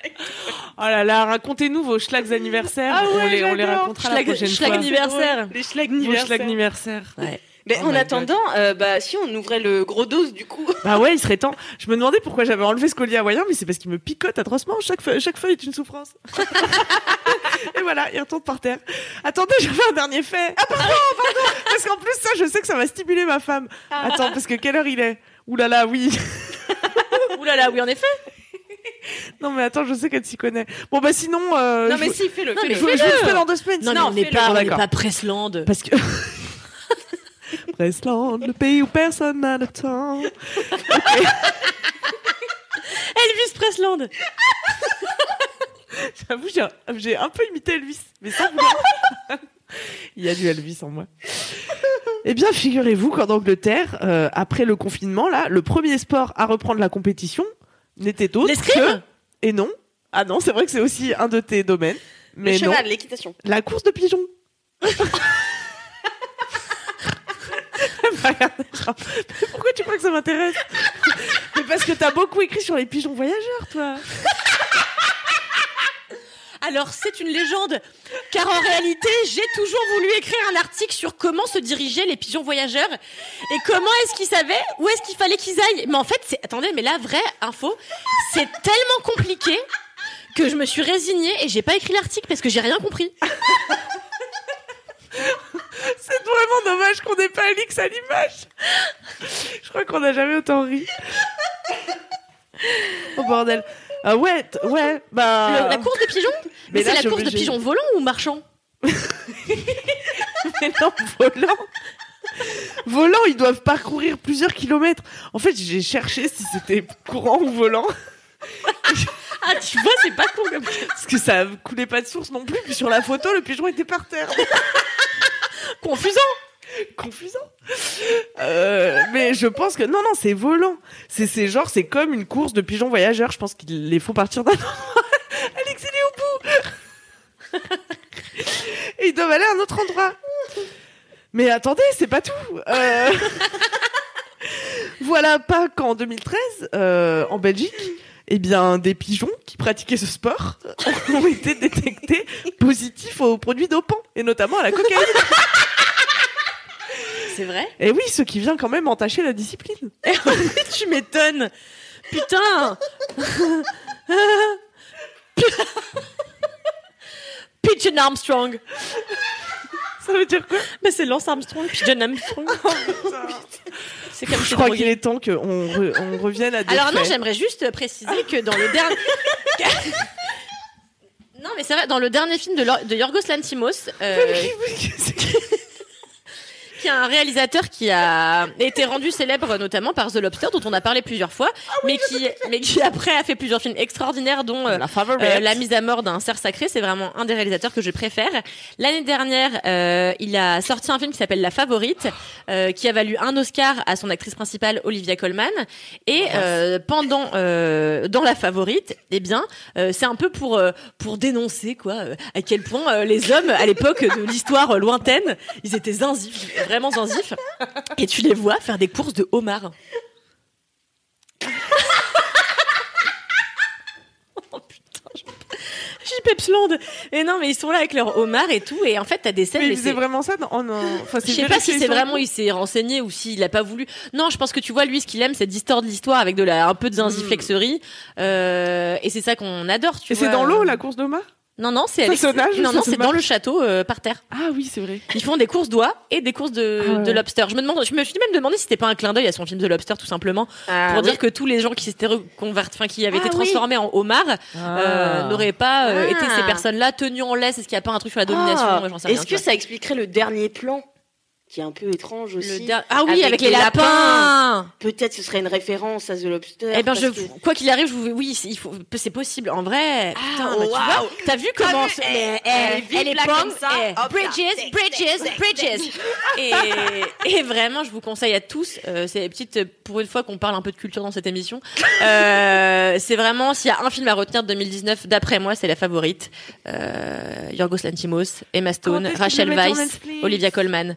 S1: Oh là là, racontez-nous vos schlags anniversaires.
S2: Ah
S1: on,
S2: ouais,
S1: les, on les
S2: j'adore.
S1: racontera la
S3: Schlag-
S1: prochaine
S3: schlag
S1: fois.
S3: anniversaire.
S2: Les schlags
S1: Vos schlags anniversaires.
S3: Ouais.
S2: Mais
S1: Oh
S2: en
S1: my
S2: attendant, euh, bah si on ouvrait le gros dose du coup.
S1: Bah ouais, il serait temps. Je me demandais pourquoi j'avais enlevé ce collier hawaïen, mais c'est parce qu'il me picote atrocement. Chaque feuille, chaque feuille est une souffrance. <laughs> Et voilà, il retombe par terre. Attendez, j'avais un dernier fait. Ah pardon, pardon. Parce qu'en plus ça, je sais que ça va stimuler ma femme.
S3: Ah.
S1: Attends, parce que quelle heure il est Ouh là là, oui. <laughs>
S3: Ouh là là, oui, en effet.
S1: Non mais attends, je sais qu'elle s'y connaît. Bon bah sinon, euh,
S2: non
S1: je,
S2: mais
S1: vous-
S2: si, fais-le.
S3: Non,
S1: je,
S2: fais-le.
S1: vous- je vous le fais dans deux semaines.
S3: Non,
S1: sinon.
S3: mais on n'est
S2: fais-le.
S3: pas,
S1: Bon,
S3: on n'est
S1: d'accord.
S3: pas Presland.
S1: Parce que. <laughs> Bresland, le pays où personne n'a le temps.
S3: Elvis Presland.
S1: J'avoue, j'ai un, j'ai un peu imité Elvis, mais sans
S2: <laughs>
S1: vouloir. Il y a du Elvis en moi. Eh bien, figurez-vous qu'en Angleterre, euh, après le confinement, là, le premier sport à reprendre la compétition n'était autre que...
S3: L'escrime
S1: Et non. Ah non, c'est vrai que c'est aussi un de tes domaines.
S2: Le
S1: Mais non,
S2: cheval, l'équitation.
S1: la course de pigeons.
S2: <laughs>
S1: Elle m'a regardé genre, Mais Pourquoi tu crois que ça m'intéresse Mais parce que t'as beaucoup écrit sur les pigeons voyageurs, toi.
S3: Alors, c'est une légende. Car en réalité, j'ai toujours voulu écrire un article sur comment se dirigeaient les pigeons voyageurs et comment est-ce qu'ils savaient où est-ce qu'il fallait qu'ils aillent. Mais en fait, c'est, attendez, mais la vraie info, c'est tellement compliqué que je me suis résignée et j'ai pas écrit l'article parce que j'ai rien compris.
S1: C'est vraiment dommage qu'on n'ait pas Alix à l'image. Je crois qu'on n'a jamais autant ri. Oh bordel. Ah ouais, t- ouais, bah.
S3: Le- la course de pigeons
S1: Mais
S3: Mais,
S1: là,
S3: c'est
S1: j'ai
S3: la course de
S1: obligé.
S3: pigeons volant ou marchand
S1: Mais non, volant. Volant, ils doivent parcourir plusieurs kilomètres. En fait, j'ai cherché si c'était courant ou volant. Ah, tu vois, c'est pas con
S3: <laughs>
S1: comme- Parce que ça coulait pas de source non plus. Puis sur la photo, le pigeon était par terre. Confusant Confusant Euh, Mais je pense que. Non, non, c'est volant. C'est c'est genre, c'est comme une course de pigeons voyageurs. Je pense qu'ils les font partir d'un endroit. <laughs> Alex, il est <laughs> au bout Et ils doivent aller à un autre endroit. Mais attendez, c'est pas tout Euh, <laughs> Voilà pas qu'en 2013, euh, en Belgique, eh bien, des pigeons qui pratiquaient ce sport <laughs> ont été détectés positifs aux produits dopants, et notamment à la cocaïne.
S3: C'est vrai
S1: Et Eh oui, ce qui vient quand même entacher la discipline.
S3: Tu m'étonnes. Putain Pigeon Armstrong.
S1: Ça veut dire quoi
S3: Mais c'est Lance Armstrong, Pigeon <laughs> Armstrong. C'est comme
S1: Je
S3: chez
S1: crois
S3: Drogué.
S1: qu'il est temps qu'on re- on revienne à des
S3: Alors non,
S1: faits.
S3: j'aimerais juste préciser que dans le <laughs> dernier... Non mais c'est vrai, dans le dernier film de, Lor- de Yorgos Lanthimos, euh,
S1: <laughs>
S3: qui est un réalisateur qui a été rendu célèbre notamment par The Lobster, dont on a parlé plusieurs fois, mais, qui, mais qui après a fait plusieurs films extraordinaires, dont euh,
S1: La favorite.
S3: euh, La mise à mort d'un cerf sacré, c'est vraiment un des réalisateurs que je préfère. L'année dernière, euh, il a sorti un film qui s'appelle La Favorite, euh, qui a valu un Oscar à son actrice principale Olivia Colman. Et euh, pendant euh, dans La Favorite, eh bien, euh, c'est un peu pour euh, pour dénoncer quoi, euh, à quel point euh, les hommes à l'époque de l'histoire euh, lointaine, ils étaient zinzifs, vraiment zinzifs. Et tu les vois faire des courses de <laughs> homards. Oh, Pepsland. Et non, mais ils sont là avec leur homard et tout. Et en fait, t'as des scènes.
S1: Mais
S3: mais
S1: il faisait
S3: c'est-
S1: vraiment ça dans- en, en- enfin,
S3: je
S1: c'est
S3: sais pas si c'est vraiment il s'est renseigné ou s'il a pas voulu. Non, je pense que tu vois lui ce qu'il aime, c'est distordre l'histoire avec de la un peu de zinziflexerie. Euh, et c'est ça qu'on adore. Tu
S1: Et c'est
S3: vois. euh,
S1: dans l'eau la course d'Oma
S3: Non non, c'est
S1: Ça
S3: Alex-
S1: se nage ou
S3: Non
S1: ça
S3: non,
S1: se
S3: c'est dans
S1: marche
S3: le château euh, par terre.
S1: Ah oui, c'est vrai.
S3: Ils font des courses d'oies et des courses de,
S1: Ah ouais.
S3: de lobster. Je me demande, je me suis même demandé si c'était pas un clin d'œil à son film de lobster tout simplement
S1: Ah,
S3: pour dire que tous les gens qui s'étaient reconvertis, enfin qui avaient
S2: Ah
S3: été
S2: oui.
S3: transformés en homards euh, n'auraient pas euh,
S2: Ah.
S3: été ces personnes-là tenues en laisse. Est-ce qu'il n'y a pas un truc sur la domination
S1: Ah.
S3: Moi, j'en sais rien,
S2: Est-ce
S3: tu
S2: que
S3: vois.
S2: ça expliquerait le dernier plan qui est un peu étrange aussi
S3: Le der- Ah oui, avec, les, lapins.
S2: Peut-être ce serait une référence à The Lobster.
S3: Eh ben,
S2: parce
S3: je,
S2: que-
S3: quoi qu'il arrive, je vous, oui, c'est- il faut, c'est possible. En vrai, putain,
S2: Ah, waouh.
S3: bah, tu vois, t'as vu comment
S2: vu,
S3: ce-
S2: eh,
S3: mais, eh,
S2: elle est vite
S3: elle est
S2: là,
S3: bonne,
S2: comme ça,
S3: eh,
S2: hop là,
S3: bridges,
S2: tic,
S3: bridges, bridges. Et, et vraiment, je vous conseille à tous, euh, c'est petite, pour une fois qu'on parle un peu de culture dans cette émission, euh, c'est vraiment, s'il y a un film à retenir de 2019, d'après moi, c'est la favorite. Euh, Yorgos Lantimos, Emma Stone, Rachel Weisz. Olivia Colman.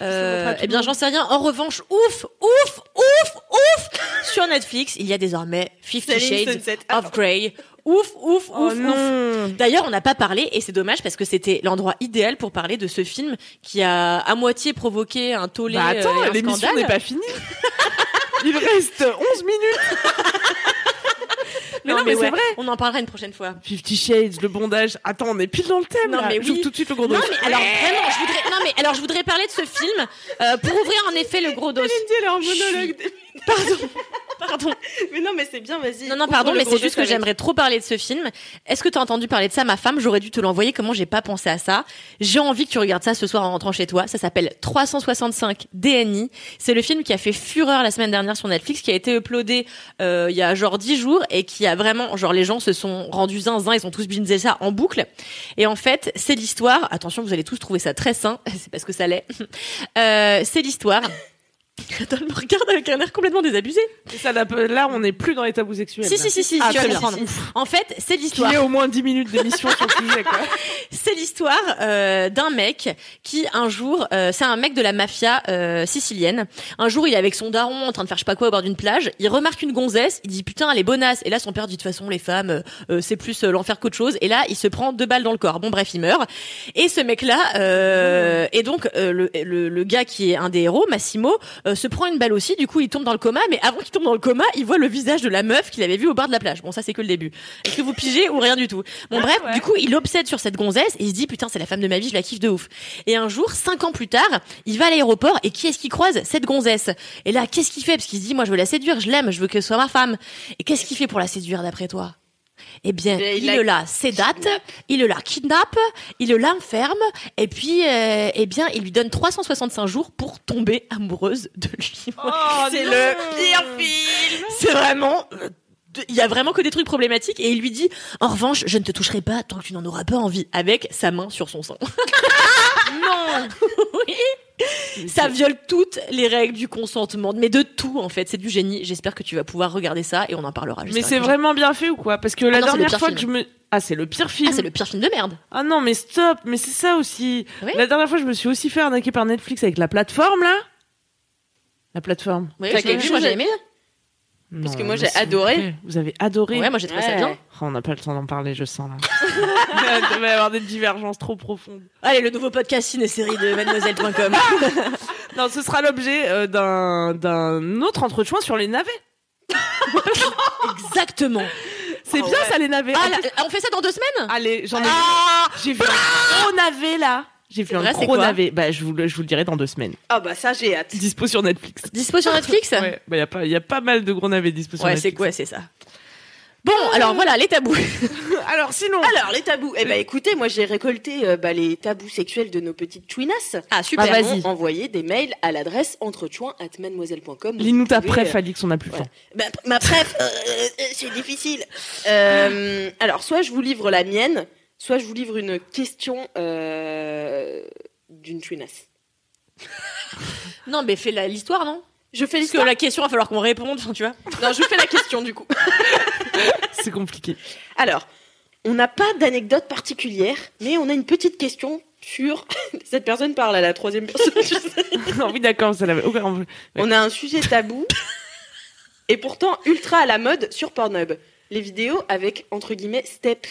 S3: Euh, eh bien, j'en sais rien. En revanche, ouf, ouf, ouf, ouf Sur Netflix, il y a désormais Fifty
S2: Selling
S3: Shades
S2: Sunset.
S3: of Grey. Ouf, ouf,
S1: Oh
S3: ouf, ouf.
S1: non.
S3: D'ailleurs, on n'a pas parlé, et c'est dommage parce que c'était l'endroit idéal pour parler de ce film qui a à moitié provoqué un tollé
S1: Bah
S3: euh,
S1: attends,
S3: et un
S1: l'émission
S3: scandale.
S1: n'est pas
S3: <laughs>
S1: finie. Il reste 11 minutes. mais non, mais c'est vrai.
S3: On en parlera une prochaine fois.
S1: Fifty Shades, le bondage. Attends, on est pile dans le thème.
S3: Non,
S1: là.
S3: mais oui.
S1: J'ouvre tout de suite le gros
S3: Non,
S1: dossier.
S3: mais alors vraiment, je voudrais, non, mais alors je voudrais parler de ce film euh, pour ouvrir en effet le gros dos.
S2: elle est en
S3: monologue. Pardon.
S2: mais non, mais c'est bien, vas-y.
S3: Non, non,
S2: ouvre
S3: pardon,
S2: le
S3: mais
S2: gros
S3: c'est juste
S2: dos
S3: que
S2: avec.
S3: j'aimerais trop parler de ce film. Est-ce que t'as entendu parler de ça, ma femme J'aurais dû te l'envoyer. Comment j'ai pas pensé à ça J'ai envie que tu regardes ça ce soir en rentrant chez toi. Ça s'appelle 365 DNI. C'est le film qui a fait fureur la semaine dernière sur Netflix, qui a été uploadé euh, il y a genre 10 jours et qui a vraiment, genre les gens se sont rendus zinzin, ils ont tous bingé ça en boucle. Et en fait, c'est l'histoire. Attention, vous allez tous trouver ça très sain. <laughs> C'est parce que ça l'est. Euh, c'est l'histoire. <laughs> Attends, elle me regarde avec un air complètement désabusé.
S1: Et ça, là, peut- là, on n'est plus dans les tabous sexuels.
S3: Si,
S1: là.
S3: si, si, si,
S1: Ah,
S3: tu vas
S1: très bien.
S3: comprendre. En fait, c'est
S1: Qu'il
S3: l'histoire.
S1: y ait au moins 10 minutes d'émission sur le sujet, quoi.
S3: C'est l'histoire euh, d'un mec qui un jour, euh, c'est un mec de la mafia euh, sicilienne. Un jour, il est avec son daron en train de faire je sais pas quoi au bord d'une plage. Il remarque une gonzesse. Il dit putain, elle est bonasse. Et là, son père dit de toute façon, les femmes, euh, euh, c'est plus euh, l'enfer qu'autre chose. Et là, il se prend deux balles dans le corps. Bon, bref, il meurt. Et ce mec-là, euh, et donc euh, le, le, le gars qui est un des héros, Massimo, euh, se prend une balle aussi. Du coup, il tombe dans le coma. Mais avant qu'il tombe dans le coma, il voit le visage de la meuf qu'il avait vue au bord de la plage. Bon, ça c'est que le début. Est-ce que vous pigez ou rien du tout Bon bref, du coup, il obsède sur cette gonzesse et il se dit putain, c'est la femme de ma vie, je la kiffe de ouf. Et un jour, cinq ans plus tard, il va à l'aéroport et qui est-ce qu'il croise Cette gonzesse. Et là, qu'est-ce qu'il fait Parce qu'il se dit moi, je veux la séduire, je l'aime, je veux que ce soit ma femme. Et qu'est-ce qu'il fait pour la séduire d'après toi eh bien,
S2: Eh,
S3: il,
S2: il la
S3: la sédate,
S2: kidnappe.
S3: il la kidnappe, il l'enferme, et puis, euh, eh bien, il lui donne 365 jours pour <laughs> tomber amoureuse de lui.
S1: <laughs> Oh,
S2: C'est
S1: non.
S2: le pire film
S3: C'est vraiment euh, de- il y a vraiment que des trucs problématiques et il lui dit en revanche je ne te toucherai pas tant que tu n'en auras pas envie avec sa main sur son sein. non. oui. Ça viole toutes les règles du consentement, mais de tout en fait. C'est du génie. J'espère que tu vas pouvoir regarder ça et on en parlera. juste
S1: Mais
S3: après.
S1: c'est vraiment bien fait ou quoi Parce que la
S3: non, c'est le
S1: dernière
S3: pire
S1: fois
S3: film.
S1: que je me. Ah, c'est le pire film.
S3: Ah, c'est le pire film de merde.
S1: Ah non, mais stop, mais c'est ça aussi.
S3: Oui.
S1: La dernière fois, je me suis aussi fait arnaquer par Netflix avec la plateforme, là. La plateforme.
S3: Ouais,
S2: T'as
S3: je l'ai
S2: quelque
S3: vu, moi
S2: chose à-
S3: j'ai aimé.
S1: Parce
S2: que moi, j'ai adoré.
S1: Vous avez adoré.
S3: Ouais, moi j'ai trouvé ça
S2: Ouais.
S3: bien.
S1: Oh, on n'a pas le temps d'en parler, je sens là. <laughs> Il va y avoir des divergences trop profondes.
S3: Allez, le nouveau podcast ciné-série de mademoiselle.com.
S1: Non, ce sera l'objet euh, d'un d'un autre entretien sur les navets.
S3: <laughs> Exactement.
S1: C'est
S2: Ah
S1: bien
S2: ouais.
S1: ça, les navets.
S3: Ah,
S1: En
S3: là,
S1: plus-
S3: on fait ça dans deux semaines
S1: Allez, j'en ai. J'ai vu un gros navet là. J'ai vu
S3: Ah C'est
S1: un
S3: vrai, c'est
S1: gros
S3: quoi
S1: navet. Bah, je vous le, je vous le dirai dans deux semaines.
S2: Ah bah ça j'ai hâte.
S1: Dispo sur Netflix.
S3: Dispo sur Netflix
S1: Ouais. Bah, y a pas, y a pas mal de gros navets dispo sur
S3: Ouais, c'est
S1: Netflix.
S3: quoi, c'est ça. Bon, alors voilà, les tabous.
S1: <laughs> Alors, sinon.
S2: <laughs> Alors les tabous. Eh bah écoutez, moi j'ai récolté euh, bah, les tabous sexuels de nos petites chouinasses.
S3: Ah, super.
S1: Ah, vas-y.
S2: Ont envoyé des mails à l'adresse entrechoin@mademoiselle.com.
S1: Lis-nous ta
S2: Vous pouvez,
S1: préf, Alix, on n'a plus le
S2: ouais.
S1: temps. <laughs>
S2: Ma, ma préf, euh, euh, c'est difficile. Euh, alors, soit je vous livre la mienne, soit je vous livre une question euh, d'une chouinasse.
S3: <laughs> Non, mais fais la- l'histoire, non
S2: Je fais
S3: Parce que
S2: l'histoire.
S3: la question, il va falloir qu'on réponde, enfin, tu vois.
S2: Non, je fais la question du coup.
S1: C'est compliqué.
S2: <laughs>
S1: <laughs>
S2: Alors, on n'a pas d'anecdote particulière, mais on a une petite question sur. <laughs> Cette personne parle à la troisième personne. je sais.
S1: non, oui, d'accord, ça l'avait. ok, on-
S2: On a un
S1: <laughs>
S2: sujet tabou et pourtant ultra à la mode sur Pornhub. Les vidéos avec entre guillemets step.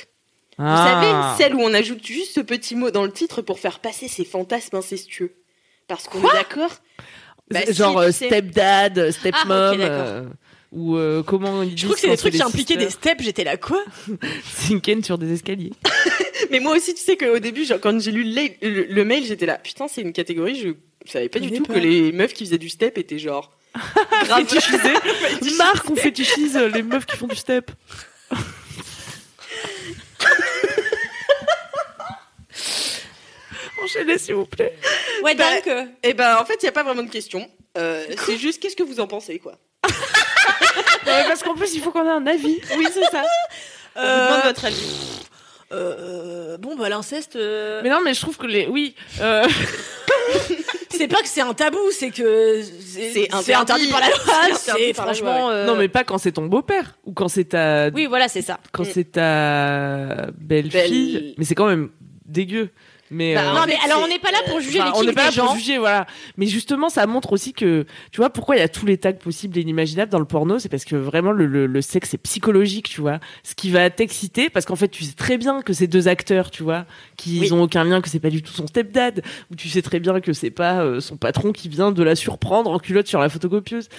S2: Vous
S1: Ah.
S2: savez, celle où on ajoute juste ce petit mot dans le titre pour faire passer ses fantasmes incestueux. Parce qu'on est d'accord Bah, si,
S1: Genre
S2: tu
S1: euh,
S2: sais.
S1: stepdad, euh, stepmom.
S3: Ah, ok, d'accord.
S1: euh, ou euh, comment ils
S3: Je trouve que c'est des trucs qui impliquaient des steps, j'étais là, quoi
S1: <laughs> Sinken sur des escaliers.
S2: Mais moi aussi, tu sais qu'au début, genre, quand j'ai lu le, la- le- le mail, j'étais là. Putain, c'est une catégorie, je savais pas du
S3: connais
S2: tout
S3: pas.
S2: que les meufs qui faisaient du step étaient genre.
S1: <laughs>
S2: grave
S1: Fétichisé.
S2: fétichisées.
S1: Marc, on fétichise euh, les meufs qui font du step. <laughs> Enchaînez, s'il vous plaît.
S3: Ouais,
S2: Bah,
S3: donc. euh,
S2: Et ben, en fait, il n'y a pas vraiment de question. Euh, c'est juste qu'est-ce que vous en pensez, quoi.
S1: Ouais, parce qu'en plus, il faut qu'on ait un avis.
S2: Oui, c'est ça. On vous demande
S3: euh,
S2: votre avis.
S3: euh, bon, bah, l'inceste. euh,
S1: Mais non, mais je trouve que les. Oui. euh,
S3: C'est pas que c'est un tabou, c'est que. C'est
S2: C'est
S3: c'est
S2: interdit.
S3: interdit par la loi.
S2: C'est interdit
S3: <laughs> C'est
S2: par la loi,
S3: franchement. euh,
S1: Non, mais pas quand c'est ton beau-père ou quand c'est ta
S3: Oui, voilà, c'est ça.
S1: quand
S2: Mm.
S1: c'est ta belle-fille,
S2: Belle-
S1: mais c'est quand même dégueu. Mais
S2: Bah,
S1: euh,
S2: en
S3: Non,
S2: fait,
S3: mais alors,
S2: c'est-
S3: on n'est pas là pour juger
S1: enfin,
S3: les
S1: on n'est
S3: kinks
S1: pas là
S3: des
S1: pour
S3: gens.
S1: juger, voilà. Mais justement, ça montre aussi que tu vois pourquoi il y a tous les tags possibles et inimaginables dans le porno, c'est parce que vraiment le, le, le sexe est psychologique, tu vois. Ce qui va t'exciter, parce qu'en fait, tu sais très bien que ces deux acteurs, tu vois, qu'ils
S2: Oui.
S1: ont aucun lien, que c'est pas du tout son stepdad, ou tu sais très bien que c'est pas euh, son patron qui vient de la surprendre en culotte sur la photocopieuse.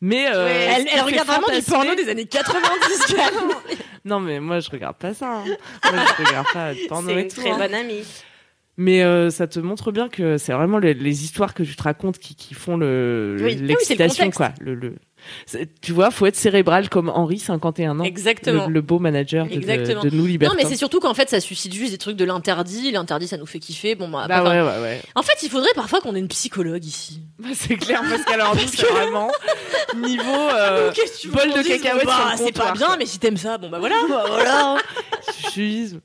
S1: Mais euh, ce
S2: Ouais,
S3: Elle,
S1: qui
S3: elle
S1: fait
S3: regarde vraiment du
S1: fantasmer-
S3: porno des
S1: <laughs>
S3: années 90, Karen.
S1: Non, mais moi, je regarde pas ça. hein. Moi,
S3: <laughs>
S1: je regarde pas de porno
S2: C'est
S1: et
S2: une
S1: tout,
S2: très
S1: hein.
S2: bonne amie.
S1: Mais euh, ça te montre bien que c'est vraiment les, les histoires que tu te racontes qui, qui font le le-
S2: Oui.
S3: Ah oui, c'est le
S1: l'excitation,
S3: contexte.
S1: quoi. Le, le... c'est- Tu vois, faut être cérébral comme Henri, 51 ans.
S3: Exactement.
S1: Le, le beau manager de,
S3: Exactement.
S1: de, de nous
S3: Non,
S1: libertins.
S3: mais c'est surtout qu'en fait, ça suscite juste des trucs de l'interdit. L'interdit, ça nous fait kiffer. Bon, bah,
S1: Bah
S3: enfin,
S1: ouais, ouais, ouais.
S3: En fait, il faudrait parfois qu'on ait une psychologue ici.
S1: Bah, c'est clair, parce
S3: <laughs>
S1: qu'alors nous,
S3: Parce
S1: c'est
S3: que-
S1: vraiment niveau
S3: <laughs>
S1: euh, bol de cacahuètes sur le
S3: C'est pas
S1: comptoir,
S3: bien,
S1: quoi.
S3: mais si t'aimes ça, bon, bah voilà.
S1: <laughs> voilà. Suffisisme.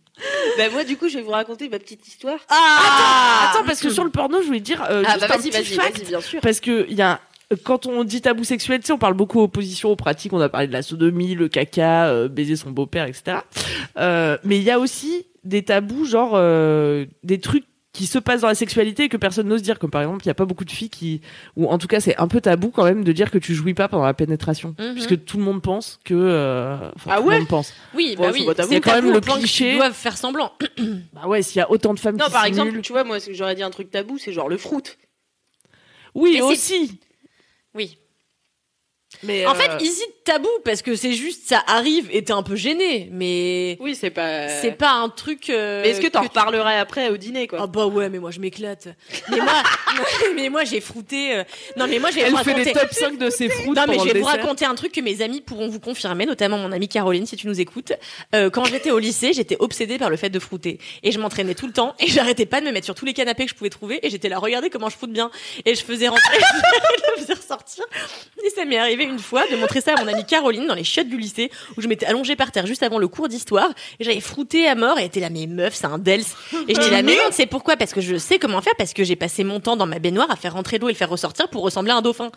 S2: Bah, moi, du coup, je vais vous raconter ma petite histoire.
S3: Ah
S1: Attends, parce que sur le porno, je voulais dire euh,
S2: Ah,
S1: juste
S2: bah,
S1: un
S2: vas-y,
S1: petit
S2: vas-y,
S1: fact.
S2: vas-y, bien sûr.
S1: Parce que il y a quand on dit tabou sexuel, tu sais, on parle beaucoup opposition aux pratiques. On a parlé de la sodomie, le caca, euh, baiser son beau-père, etc. Euh, mais il y a aussi des tabous, genre euh, des trucs qui se passent dans la sexualité et que personne n'ose dire. Comme par exemple, il y a pas beaucoup de filles qui, ou en tout cas, c'est un peu tabou quand même de dire que tu jouis pas pendant la pénétration,
S3: Mhm.
S1: puisque tout le monde pense que. euh, enfin,
S2: Ah
S1: tout le
S2: ouais
S1: monde pense.
S3: Oui,
S2: Bon,
S3: bah
S2: c'est
S3: oui.
S2: pas tabou.
S1: Il y a quand même le cliché.
S3: Ils doivent faire semblant.
S2: <clears throat>
S1: Bah ouais, s'il y a autant de femmes
S2: Non,
S1: qui
S2: par
S1: simulent-
S2: exemple, tu vois, moi, ce que j'aurais dit un truc tabou, c'est genre le fruit.
S1: oui
S3: Mais c'est-
S1: aussi.
S3: Oui.
S1: Mais
S3: En
S1: euh,
S3: fait, ici, tabou, parce que c'est juste, ça arrive et t'es un peu gêné. Mais
S2: Oui, c'est pas.
S3: c'est pas un truc. euh,
S2: Mais est-ce que t'en
S3: tu-
S2: reparlerais après au dîner, quoi
S3: Ah bah ouais, mais moi je m'éclate. Mais moi, <laughs> mais moi j'ai frouté. euh, Non, mais moi j'ai
S1: elle fait
S3: raconté.
S1: les top 5 de ses fruits
S3: Non,
S1: pendant
S3: mais je
S1: le
S3: vais vous
S1: dessert.
S3: raconter un truc que mes amis pourront vous confirmer, notamment mon amie Caroline, si tu nous écoutes. Euh, quand j'étais au lycée, j'étais obsédée par le fait de frouter. Et je m'entraînais tout le temps, et <laughs> j'arrêtais pas de me mettre sur tous les canapés que je pouvais <laughs> trouver, et j'étais là, regardez comment je froute bien. Et je faisais rentrer, je le faisais ressortir. Et ça m'est arrivé fait une fois de montrer ça à mon amie Caroline dans les chiottes du lycée où je m'étais allongée par terre juste avant le cours d'histoire et j'avais frouté à mort et elle était là mais meuf c'est un dels et je dis la mais non c'est pourquoi parce que je sais comment faire parce que j'ai passé mon temps dans ma baignoire à faire rentrer l'eau et le faire ressortir pour ressembler à un dauphin.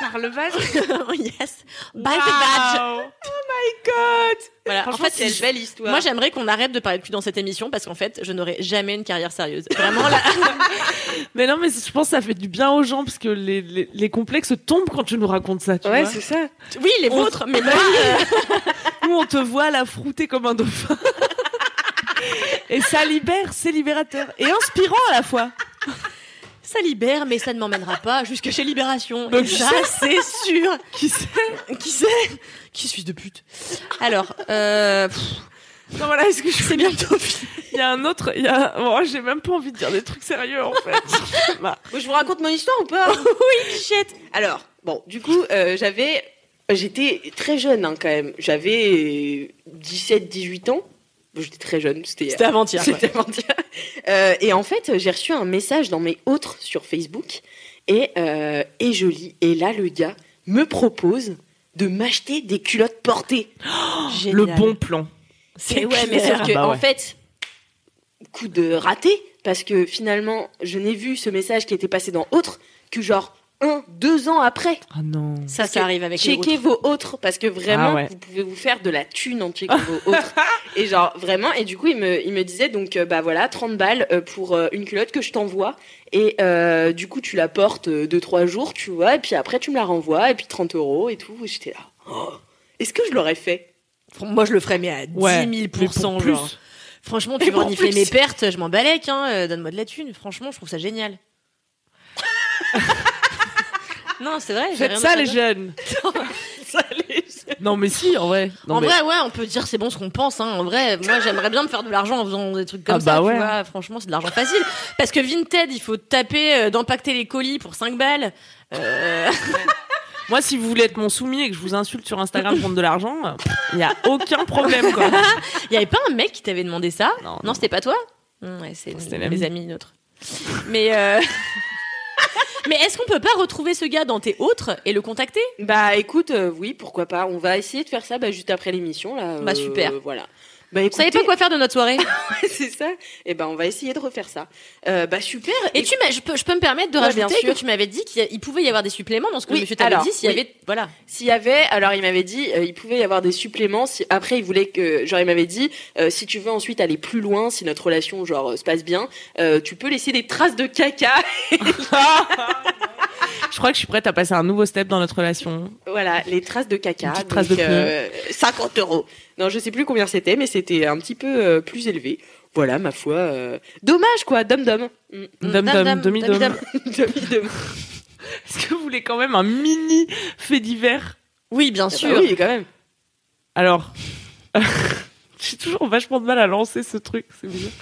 S1: Par le vase.
S3: <laughs> yes, by the Ah, badge.
S1: Wow. Oh my god.
S3: Voilà. En
S2: En fait,
S3: fait,
S2: c'est une
S3: je-
S2: belle histoire.
S3: moi j'aimerais qu'on arrête de parler de cul dans cette émission parce qu'en fait je n'aurai jamais une carrière sérieuse.
S1: <laughs>
S3: Vraiment là.
S1: Mais non, mais je pense que ça fait du bien aux gens parce que les, les, les complexes tombent quand tu nous racontes ça. Tu
S2: ouais,
S1: vois
S2: c'est ça.
S3: Oui les
S1: On-
S3: vôtres mais moi euh,
S1: Nous, on te voit la frouter comme un dauphin. <laughs> Et ça libère, c'est libérateur. Et inspirant à la fois.
S3: ça libère mais ça ne m'emmènera pas jusque chez Libération.
S1: <laughs> Donc,
S3: Et ça c'est sûr. Qui sait Qui sait Qui suis de pute Alors euh, pff,
S1: Non, voilà, est-ce que je
S3: c'est bientôt fini.
S1: Il y a un autre. Il y a... bon, j'ai même pas envie de dire des trucs sérieux en fait. Bah,
S2: Bon, je vous raconte mon histoire ou <laughs> pas Oui, Bichette. Alors, bon, du coup, euh, j'avais. J'étais très jeune hein, quand même. J'avais 17-18 ans. Bon, J'étais très jeune, c'était.
S3: C'était avant-hier. quoi.
S2: C'était avant-hier. Euh, et en fait, j'ai reçu un message dans mes autres sur Facebook et, euh, et je lis. Et là, le gars me propose de m'acheter des culottes portées.
S1: le
S3: Oh, Génial.
S1: bon plan.
S3: <laughs> C'est
S2: Et ouais,
S3: clair.
S2: mais sauf que,
S1: Bah ouais.
S2: en fait, coup de raté, parce que finalement, je n'ai vu ce message qui était passé dans Autre que genre un, deux ans après.
S1: Ah non.
S3: Ça,
S2: que
S3: ça arrive avec les
S2: Checkez vos autres, parce que vraiment,
S1: Ah ouais.
S2: vous pouvez vous faire de la thune en checkant vos
S1: <laughs>
S2: autres. Et genre, vraiment, et du coup, il me, il me disait, donc, euh, bah voilà, 30 balles euh, pour euh, une culotte que je t'envoie. Et euh, du coup, tu la portes 2-3 jours, tu vois, et puis après, tu me la renvoies, et puis 30 euros et tout. Et j'étais là, Oh, est-ce que je l'aurais fait <laughs>
S3: autres. Moi, je le ferais, mais à 10 000
S1: mais pour plus.
S3: genre. Franchement,
S2: Mais
S3: tu veux
S2: pour
S3: renifler
S2: plus.
S3: mes pertes, je m'en balèque, hein, euh, donne-moi de la thune. Franchement, je trouve
S1: <laughs>
S3: ça génial. non, c'est vrai. j'ai
S1: Faites
S3: rien
S1: ça
S3: d'autre à
S1: les
S3: dire.
S1: jeunes. Non mais si en vrai. Non,
S3: en
S1: mais-
S3: vrai, ouais, on peut dire c'est bon ce qu'on pense. Hein. En vrai, moi, j'aimerais bien me faire de l'argent en faisant des trucs comme
S1: Ah
S3: ça.
S1: bah
S3: tu
S1: ouais.
S3: vois. Franchement, c'est de l'argent facile. Parce que Vinted, il faut taper, euh, d'empacter les colis pour 5 balles. Euh, <laughs>
S1: Moi, si vous voulez être mon soumis et que je vous insulte sur Instagram pour de l'argent, il y a aucun problème quoi.
S3: Il y avait pas un mec qui t'avait demandé ça
S1: Non,
S3: Non,
S1: non.
S3: c'était pas toi Hum, ouais, c'est
S1: C'était
S3: mes
S1: l'ami.
S3: amis neutres. Mais euh, <laughs> mais est-ce qu'on peut pas retrouver ce gars dans tes autres et le contacter
S2: Bah écoute, euh, oui, pourquoi pas. On va essayer de faire ça bah, juste après l'émission là. euh,
S3: Bah, super.
S2: Voilà. Bah
S3: Vous
S2: écoutez,
S3: savez pas quoi faire de notre soirée
S2: <laughs> c'est ça. Et ben on va essayer de refaire ça. Euh, bah super.
S3: Et tu m'as- je peux je peux me permettre de
S2: Ouais, bien
S3: rajouter
S2: sûr.
S3: que tu m'avais dit qu'il y a- il pouvait y avoir des suppléments dans ce que
S2: Oui,
S3: monsieur t'avait
S2: alors,
S3: dit s'il y
S2: oui.
S3: avait voilà.
S2: S'il y avait, alors il m'avait dit, euh, il pouvait y avoir des suppléments. Si après il voulait que, genre il m'avait dit, euh, si tu veux ensuite aller plus loin, si notre relation genre euh, se passe bien, euh, tu peux laisser des traces de caca. <laughs>
S1: Je crois que je suis prête à passer un nouveau step dans notre relation.
S2: voilà, les traces de caca.
S1: Une petite
S2: donc,
S1: trace de pneu.
S2: euh, 50 euros. Non, je sais plus combien c'était, mais c'était un petit peu euh, plus élevé. Voilà, ma foi. euh, Dommage quoi, dom dom. <laughs> Mm.
S3: Mm,
S1: Dom,
S3: dame,
S1: dom,
S3: dame,
S1: demi,
S3: dame,
S1: dom.
S3: dame.
S2: Demi-demi.
S1: Est-ce que vous voulez quand même un mini fait divers
S3: Oui, bien
S2: Ah bah
S3: sûr.
S2: oui, quand même.
S1: Alors, <laughs> j'ai toujours vachement de mal à lancer ce truc, c'est bizarre.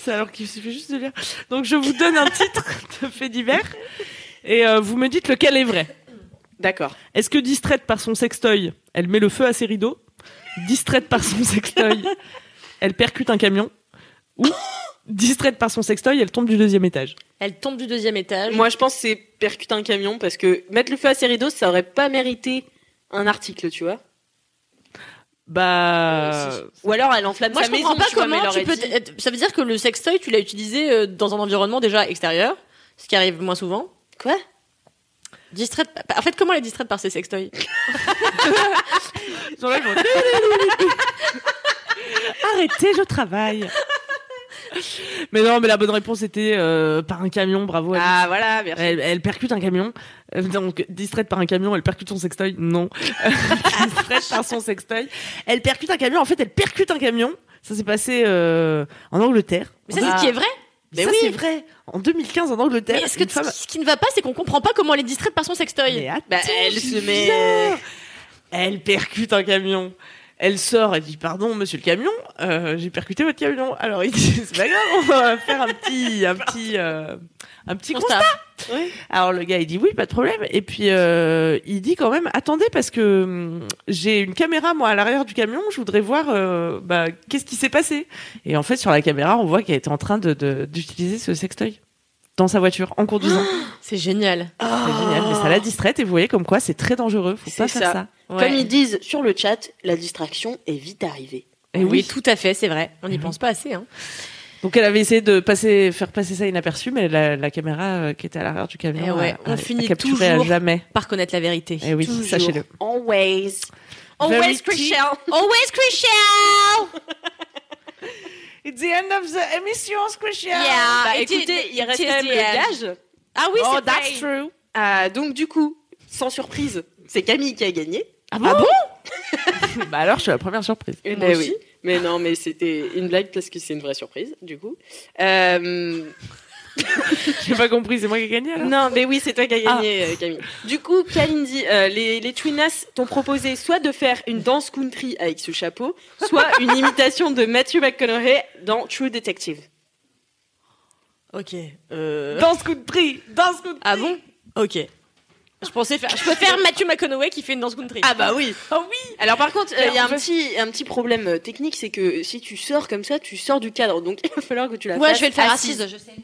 S1: C'est alors qu'il suffit juste de lire. Donc je vous donne un titre de fait divers et euh, vous me dites lequel est vrai.
S2: D'accord.
S1: Est-ce que distraite par son sextoy, elle met le feu à ses rideaux Distraite par son sextoy, elle percute un camion Ou distraite par son sextoy, elle tombe du deuxième étage
S3: Elle tombe du deuxième étage.
S2: Moi, je pense que c'est percuter un camion parce que mettre le feu à ses rideaux, ça aurait pas mérité un article, tu vois.
S1: Bah...
S2: Euh, Ou alors elle enflamme
S3: Moi,
S2: sa
S3: je
S2: maison.
S3: comprends pas
S2: tu vois, mais
S3: comment
S2: elle
S3: tu
S2: aurait
S3: peux.
S2: dit-
S3: t- Ça veut dire que le sextoy, tu l'as utilisé euh, dans un environnement déjà extérieur, ce qui arrive moins souvent.
S2: Quoi
S3: Distraite. En fait, comment elle est distraite par ses sextoys
S1: Ils sont là, ils vont- <laughs> Arrêtez, je travaille Mais non, mais la bonne réponse était euh, par un camion, bravo. Alice.
S2: Ah voilà, merci.
S1: Elle, elle percute un camion, Euh, donc distraite par un camion, elle percute son sextoy, non. <laughs> distraite par son sextoy, elle percute un camion, en fait elle percute un camion, ça s'est passé euh, en Angleterre.
S3: Mais ça, c'est ce qui est vrai.
S1: Mais
S3: Mais
S1: ça
S3: oui.
S1: c'est vrai, en 2015 en Angleterre,
S3: Mais ce, que
S1: une femme-
S3: ce qui ne va pas, c'est qu'on comprend pas comment elle est distraite par son sextoy.
S1: Mais attends,
S2: Bah, elle
S1: j'y
S2: se met-
S1: viens. Elle percute un camion. Elle sort, elle dit pardon monsieur le camion, euh, j'ai percuté votre camion. Alors il dit c'est pas grave, on va faire un petit un petit euh, un petit constat.
S3: Constat.
S2: Ouais.
S1: Alors le gars il dit oui pas de problème et puis euh, il dit quand même attendez parce que hum, j'ai une caméra moi à l'arrière du camion je voudrais voir euh, bah, qu'est-ce qui s'est passé et en fait sur la caméra on voit qu'elle était en train de de- d'utiliser ce sextoy dans sa voiture en conduisant.
S3: C'est génial.
S1: Ah, C'est génial, mais ça l'a distraite et vous voyez comme quoi Oh c'est très dangereux, faut
S2: C'est
S1: pas faire ça.
S2: ça. Comme
S3: Ouais.
S2: ils disent sur le chat, la distraction est vite arrivée.
S1: Et
S3: Eh oui.
S1: oui.
S3: tout à fait, c'est vrai. On n'y
S1: Oui.
S3: pense pas assez. Hein.
S1: Donc elle avait essayé de passer, faire passer ça inaperçu, mais la, la caméra euh, qui était à l'arrière du
S3: Eh
S1: camion,
S3: ouais,
S1: a-
S3: on
S1: a- a
S3: finit
S1: capturé à
S3: toujours-
S1: jamais.
S3: Par connaître la vérité.
S1: Et oui,
S2: Toujours.
S1: sachez-le. Very
S2: Always. Always,
S1: cheap.
S2: Christian.
S3: Always crucial.
S1: It's the end of the emission, Squishy.
S3: Yeah.
S2: Bah,
S3: it
S2: écoutez,
S3: is-
S2: il reste
S3: it is
S2: quand même
S3: the
S2: le gage.
S3: Ah oui,
S1: oh,
S3: c'est vrai.
S1: that's true.
S2: Ah, donc du coup, sans surprise, c'est Camille qui a gagné.
S1: Ah
S3: bon
S1: <laughs> Bah alors, je suis la première surprise.
S2: Eh
S3: Moi
S2: ben
S3: aussi.
S2: oui. Mais non, mais c'était une blague parce que c'est une vraie surprise, du coup. Euh,
S1: J'ai pas compris, c'est moi qui ai gagné alors.
S2: <laughs> non, mais oui, c'est toi qui as
S1: Ah.
S2: gagné, euh, Camille. Du coup, Kalindi, euh, les, les Twinas t'ont proposé soit de faire une danse country avec ce chapeau, soit une
S3: <laughs>
S2: imitation de Matthew McConaughey dans True Detective.
S3: Ok. euh,
S1: Dans ce coup de prix, dans ce coup de prix.
S3: Ah bon Ok. Je pensais faire. Je peux faire Mathieu McConaughey qui fait une danse country.
S2: Ah bah oui
S3: Ah oui
S2: Alors par contre, euh, il
S3: Mais
S2: y a
S3: en
S2: un petit, un petit problème euh, technique, c'est que si tu sors comme ça, tu sors du cadre, donc il va falloir que tu la
S3: Ouais,
S2: fasses
S3: je vais le faire
S2: assise.
S3: assise, je sais.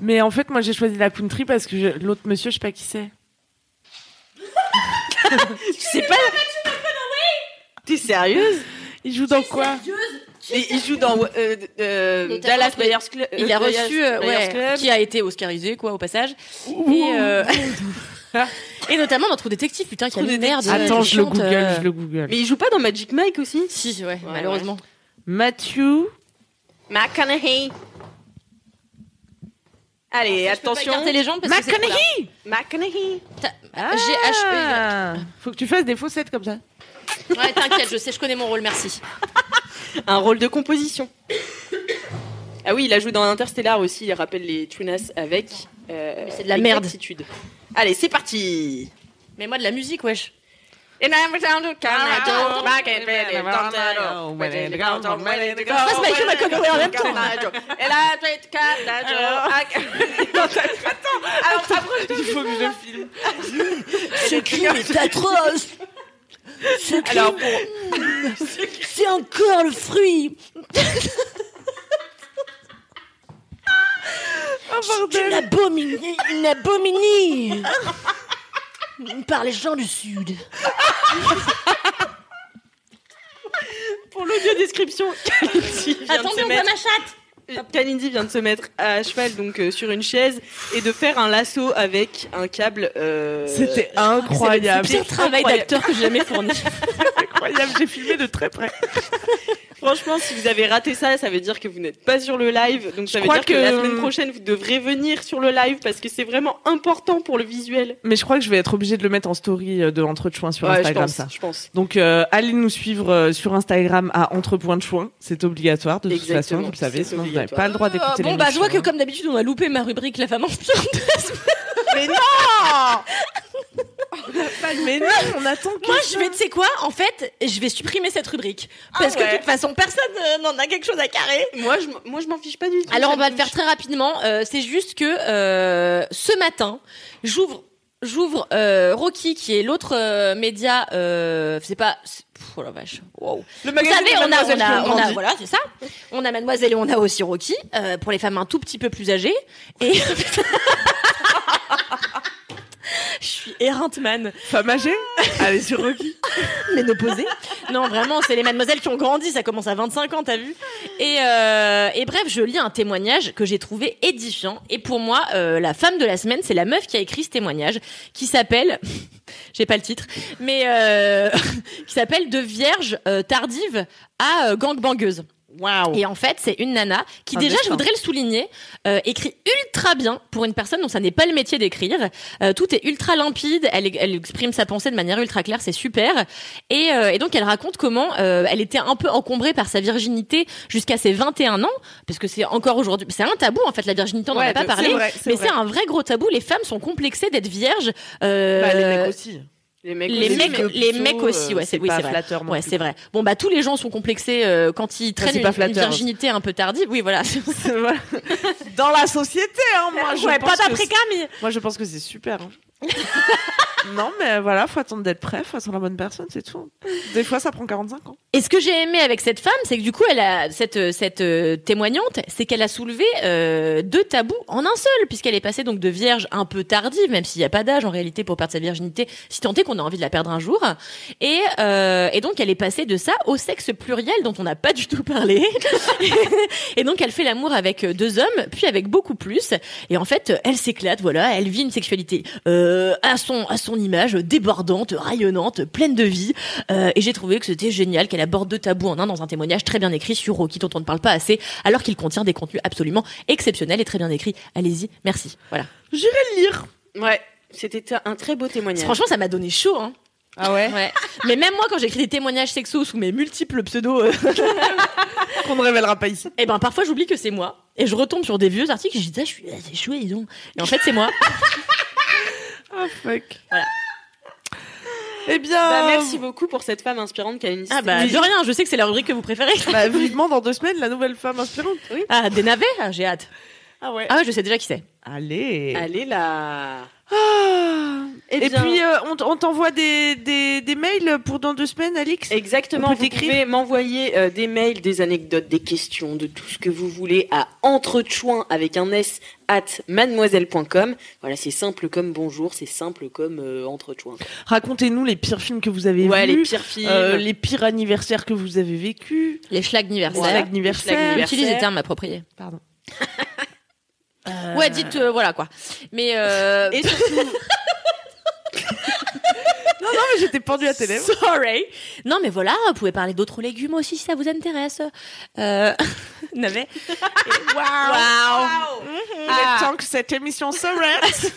S1: Mais en fait, moi, j'ai choisi la country parce que je- l'autre monsieur, je sais pas qui c'est.
S2: Tu sais pas T'es sérieuse
S1: Il joue dans quoi
S2: Mais il joue dans euh, euh,
S3: Les
S2: Dallas
S3: Tapers,
S2: Players Club.
S3: Il a
S2: euh,
S3: reçu,
S2: Players-
S3: euh,
S2: Players
S3: ouais,
S2: Club.
S3: qui a été Oscarisé, quoi, au passage. Et, euh, et notamment notre détective, putain, qui a
S2: Trou
S3: une merde.
S2: Détective.
S1: Attends,
S3: qui
S1: je le
S3: chante,
S1: google,
S3: euh,
S1: je le google.
S2: Mais il joue pas dans Magic Mike aussi
S3: Si, ouais, malheureusement.
S1: Matthew.
S2: McConaughey. Allez, attention.
S3: Attention, les gens parce que c'est trop là.
S1: McConaughey
S2: McConaughey.
S3: Ta-
S1: Ah.
S3: G-H-E-Y.
S1: Faut que tu fasses des faussettes comme ça.
S3: Ouais, t'inquiète, je sais, je connais mon rôle, merci.
S2: Un rôle de composition. Ah oui, il a joué dans Interstellar aussi, il rappelle les Tunas avec. euh,
S3: c'est de la merde.
S2: exactitude. Allez, c'est parti.
S3: Mais moi, de la musique, wesh.
S2: Ah, Passe Mathieu McConaughey en même temps.
S1: Il faut que je le filme.
S4: Ce crime est atroce. Ce crime,
S2: Alors pour
S4: c'est encore le fruit.
S3: Oh,
S4: D'une abominie, une abominie par les gens du Sud.
S2: Pour l'audio <laughs> description, Kalindi vient, de
S3: Attendez,
S2: se
S3: on voit
S2: mettre,
S3: ma chatte
S2: Euh, Kalindi vient de se mettre à cheval donc euh, sur une chaise et de faire un lasso avec un câble. euh,
S1: C'était incroyable.
S2: C'est
S3: Pire travail
S2: incroyable.
S3: d'acteur que j'ai jamais <laughs> fourni.
S1: incroyable, j'ai filmé de très près.
S2: Franchement, si vous avez raté ça, ça veut dire que vous n'êtes pas sur le live. Donc ça veut
S1: crois
S2: dire que... la
S1: que-
S2: semaine prochaine, vous devrez venir sur le live parce que c'est vraiment important pour le visuel.
S1: Mais je crois que je vais être obligée de le mettre en story euh, de entre de Chouin sur
S2: Ouais, je
S1: Instagram,
S2: pense.
S1: ça.
S2: Je pense.
S1: Donc euh, allez nous suivre euh, sur Instagram à entre points de Chouin. C'est obligatoire de toute façon,
S2: Exactement,
S1: vous le savez,
S2: c'est
S1: sinon vous n'avez
S2: obligatoire.
S1: pas le droit d'écouter.
S3: bon, bah, je vois que
S1: l'émission.
S3: comme d'habitude, on a loupé ma rubrique La femme enceinte.
S2: Mais non
S1: Mais non, on attend que
S3: <laughs> Moi, je vais, tu sais quoi En fait, je vais supprimer cette rubrique. Parce que de
S2: ouais.
S3: toute façon, personne euh, n'en a quelque chose à carrer.
S2: Moi, je, m- moi, je m'en fiche pas du tout.
S3: Alors,
S2: ça
S3: on va
S2: me
S3: le faire
S2: touche.
S3: très rapidement. Euh, c'est juste que euh, ce matin, j'ouvre. J'ouvre euh, Rocky, qui est l'autre euh, média. Euh, c'est pas. c'est- Pff, oh la vache. Wow.
S2: Le
S3: Vous savez, on a, on a, on a-
S2: a,
S3: voilà, c'est ça. On a Mademoiselle et on a aussi Rocky euh, pour les femmes un tout petit peu plus âgées. Et <laughs> je suis éreinte man.
S1: Femme âgée Allez sur Rocky.
S3: <laughs> ménopausée. Non, vraiment, c'est les mademoiselles qui ont grandi, ça commence à 25 ans, t'as vu et, euh, et bref, je lis un témoignage que j'ai trouvé édifiant. Et pour moi, euh, la femme de la semaine, c'est la meuf qui a écrit ce témoignage, qui s'appelle... <laughs> J'ai pas le titre, mais euh, <laughs> qui s'appelle De vierge euh, tardive à euh, gangbangueuse.
S1: Waouh.
S3: Et en fait, c'est une nana qui
S1: Un
S3: déjà,
S1: destin.
S3: je voudrais le souligner, euh, écrit ultra bien pour une personne dont ça n'est pas le métier d'écrire. Euh, tout est ultra limpide, elle, elle exprime sa pensée de manière ultra claire, c'est super. Et, euh, et donc, elle raconte comment euh, elle était un peu encombrée par sa virginité jusqu'à ses 21 ans, parce que c'est encore aujourd'hui, c'est un tabou en fait, la virginité, on n'en a
S1: Ouais,
S3: pas
S1: c'est
S3: parlé.
S1: vrai, c'est
S3: mais
S1: vrai.
S3: c'est un vrai gros tabou, les femmes sont complexées d'être vierges. euh,
S1: Bah, les mecs aussi.
S2: Les mecs,
S3: les
S2: aussi,
S3: mecs-
S2: mais-
S3: les mecs aussi, ouais, c'est-
S1: euh,
S3: oui,
S1: pas
S3: c'est vrai.
S1: flatteur non
S3: Ouais,
S1: hein, plus. Bah,
S3: c'est vrai. Bon, bah tous les gens sont complexés euh, quand ils traînent
S1: c'est
S3: une,
S1: pas
S3: une
S1: flatteur. hein.
S3: virginité un peu tardive.
S1: <laughs>
S3: Oui, voilà.
S1: Voilà. Dans la société, hein, moi, je
S3: Ouais,
S1: pense
S3: pas
S1: que
S3: d'après Camille.
S1: <laughs> c'est- moi je pense que c'est super. hein. Non, mais voilà, faut attendre d'être prêt, faut attendre la bonne personne, c'est tout. Des fois, ça prend 45 ans.
S3: Et ce que j'ai aimé avec cette femme, c'est que du coup, elle a cette euh, cette euh, témoignante, c'est qu'elle a soulevé euh, deux tabous en un seul, puisqu'elle est passée donc de vierge un peu tardive, même s'il n'y a pas d'âge en réalité pour perdre sa virginité, si tant est qu'on a envie de la perdre un jour. Et euh, et donc elle est passée de ça au sexe pluriel dont on n'a pas du tout parlé. <laughs> et donc elle fait l'amour avec euh, deux hommes, puis avec beaucoup plus. Et en fait, euh, elle s'éclate, voilà, elle vit une sexualité euh, à son à son image, euh, débordante, rayonnante, euh, pleine de vie. Euh, et j'ai trouvé que c'était génial qu'elle aborde deux tabous en un dans un témoignage très bien écrit sur Rocky dont on ne parle pas assez, alors qu'il contient des contenus absolument exceptionnels et très bien écrits. Allez-y, merci. Voilà.
S1: J'irai le lire.
S2: Ouais, c'était un très beau témoignage.
S3: Franchement, ça m'a donné chaud. Hein.
S1: Ah ouais
S3: Ouais. <laughs> Mais même moi, quand j'écris des témoignages sexos sous mes multiples pseudos. euh, <laughs>
S1: Qu'on ne révélera pas ici.
S3: Eh ben parfois j'oublie que c'est moi et je retombe sur des vieux articles et je dis ah, je suis assez chouette dis donc. Et en fait <laughs> c'est moi.
S1: Ah fuck.
S3: Voilà.
S1: Eh bien.
S2: Bah, merci beaucoup pour cette femme inspirante qui a une
S3: Ah bah de
S2: histoire.
S3: rien, je sais que c'est la rubrique que vous préférez. <laughs>
S1: bah, vivement dans deux semaines, la nouvelle femme inspirante. Oui.
S3: Ah des navets, Ah, j'ai hâte.
S1: Ah ouais.
S3: Ah ouais, je sais déjà qui c'est.
S1: Allez.
S2: Allez là.
S1: Ah.
S2: Eh
S1: Et
S2: bien-
S1: puis, euh, on, t- on t'envoie des, des, des mails pour dans deux semaines, Alix
S2: Exactement,
S1: On peut
S2: vous
S1: t'écrire
S2: pouvez m'envoyer euh, des mails, des anecdotes, des questions, de tout ce que vous voulez à entrechoin avec un s at mademoiselle.com. Voilà, c'est simple comme bonjour, c'est simple comme euh, entrechoin.
S1: Racontez-nous les pires films que vous avez
S2: Ouais, les
S1: vus.
S2: pires films.
S1: euh, les pires anniversaires que vous avez vécus.
S3: Les schlags
S1: Les
S3: anniversaires.
S2: Voilà.
S1: anniversaires.
S2: Schlag-
S3: Utilise les termes appropriés.
S1: Pardon.
S3: Ouais, dites euh, voilà quoi. Mais euh,
S2: Et surtout,
S1: Non, non, mais j'étais pendue à tes
S3: <laughs>
S1: lèvres.
S3: Sorry. Non mais voilà, vous pouvez parler d'autres légumes aussi si ça vous intéresse. Euh... <laughs>
S1: <laughs>
S3: navet. Waouh.
S1: Il est temps que cette émission s'arrête.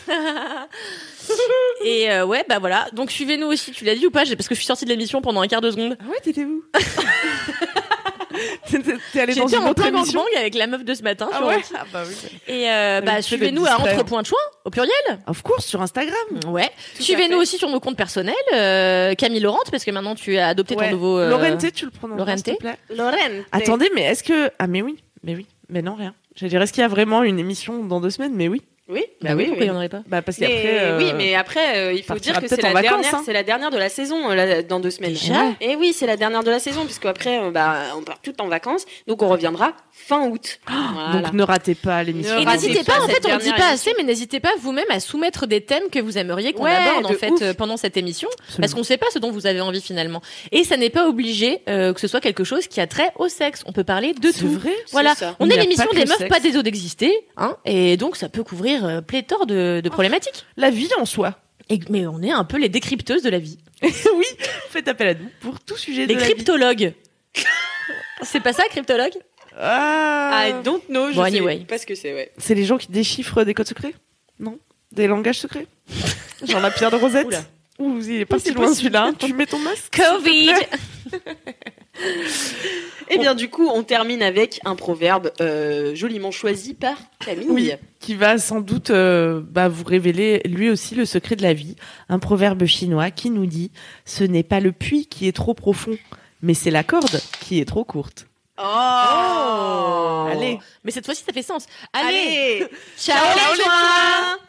S3: Et euh, ouais bah voilà. Donc suivez-nous aussi. Tu l'as dit ou pas J'ai- Parce que je suis sortie de l'émission pendant un quart de seconde.
S1: <laughs> Ah ouais, t'étais où <laughs> T'es- T'es t'es allée dans
S3: J'étais
S1: une
S3: en
S1: autre
S3: plein
S1: émission
S3: gangbang avec la meuf de ce matin.
S1: Ah
S3: sur-
S1: ouais Ah bah oui.
S3: Et euh, bah,
S1: Elle fait des
S3: suivez-nous à
S1: distraits.
S3: Entre Points de Choix, au pluriel.
S1: Of course, sur Instagram.
S3: Ouais.
S2: à
S3: Suivez-nous
S2: fait.
S3: aussi sur nos comptes personnels. euh, Camille Laurent, parce que maintenant tu as adopté
S1: Ouais.
S3: ton nouveau. euh,
S1: Laurenté, tu le prononces,
S3: Laurenté
S1: s'il te plaît.
S2: Lorraine.
S1: Attendez, mais est-ce que... Ah mais oui, mais oui, mais non, rien. J'allais dire, est-ce qu'il y a vraiment une émission dans deux semaines Mais oui.
S2: Oui,
S3: Bah, oui, pourquoi il y en aurait pas
S1: Bah parce
S2: Mais-
S1: qu'après... euh,
S2: Oui, mais après, euh, il faut
S1: partira
S2: dire que c'est
S1: peut-être
S2: la,
S1: en vacances,
S2: dernière,
S1: hein.
S2: c'est la dernière de la saison euh, là, dans deux semaines.
S3: Déjà
S2: Et oui, c'est la dernière de la saison, puisque après, euh, bah, on part tout en vacances, donc on reviendra fin août. Voilà.
S1: Ah, Donc ne ratez pas l'émission.
S2: Ne
S3: Et
S1: dans deux
S2: ratez
S3: n'hésitez
S1: semaines.
S3: pas, en
S2: cette
S3: fait, on le dit
S2: dernière
S3: pas
S2: émission.
S3: assez, mais n'hésitez pas vous-même à soumettre des thèmes que vous aimeriez qu'on
S2: Ouais,
S3: aborde en
S2: de
S3: fait
S2: ouf.
S3: euh, pendant cette émission,
S1: Absolument.
S3: parce qu'on ne sait pas ce dont vous avez envie finalement. Et ça n'est pas obligé euh, que ce soit quelque chose qui a trait au sexe. On peut parler de
S1: C'est
S3: tout.
S1: vrai
S3: Voilà,
S2: C'est ça.
S3: on
S1: Il
S3: est
S1: n'y a
S3: l'émission
S1: pas que
S3: des
S1: le
S3: meufs
S1: sexe.
S3: pas des os d'exister, hein, et donc ça peut couvrir euh, pléthore de, de problématiques.
S1: La vie en soi.
S3: Et- mais on est un peu les décrypteuses de la vie.
S1: <laughs> oui, faites appel à nous pour tout sujet
S3: Les
S1: de la vie.
S3: cryptologues. C'est pas ça, cryptologue
S1: Ah,
S2: I don't know, je
S3: Bon,
S2: sais
S3: anyway.
S2: pas ce que c'est, ouais.
S1: C'est les gens qui déchiffrent des codes secrets Non Des langages <laughs> secrets Genre la pierre de Rosette
S3: Oula.
S1: Ouh, il est pas
S3: Oui,
S1: si
S3: c'est
S1: loin
S3: possible.
S1: celui-là. <laughs> Tu mets ton masque
S3: Covid
S2: Eh bien, du coup, on termine avec un proverbe euh, joliment choisi par Camille.
S1: Oui. Qui va sans doute euh, bah, vous révéler lui aussi le secret de la vie. Un proverbe chinois qui nous dit Ce n'est pas le puits qui est trop profond, mais c'est la corde qui est trop courte.
S2: Oh,
S1: Allez
S3: Mais cette fois-ci, ça fait sens. Allez,
S2: Allez
S3: Oh. Ciao, les joints
S2: joints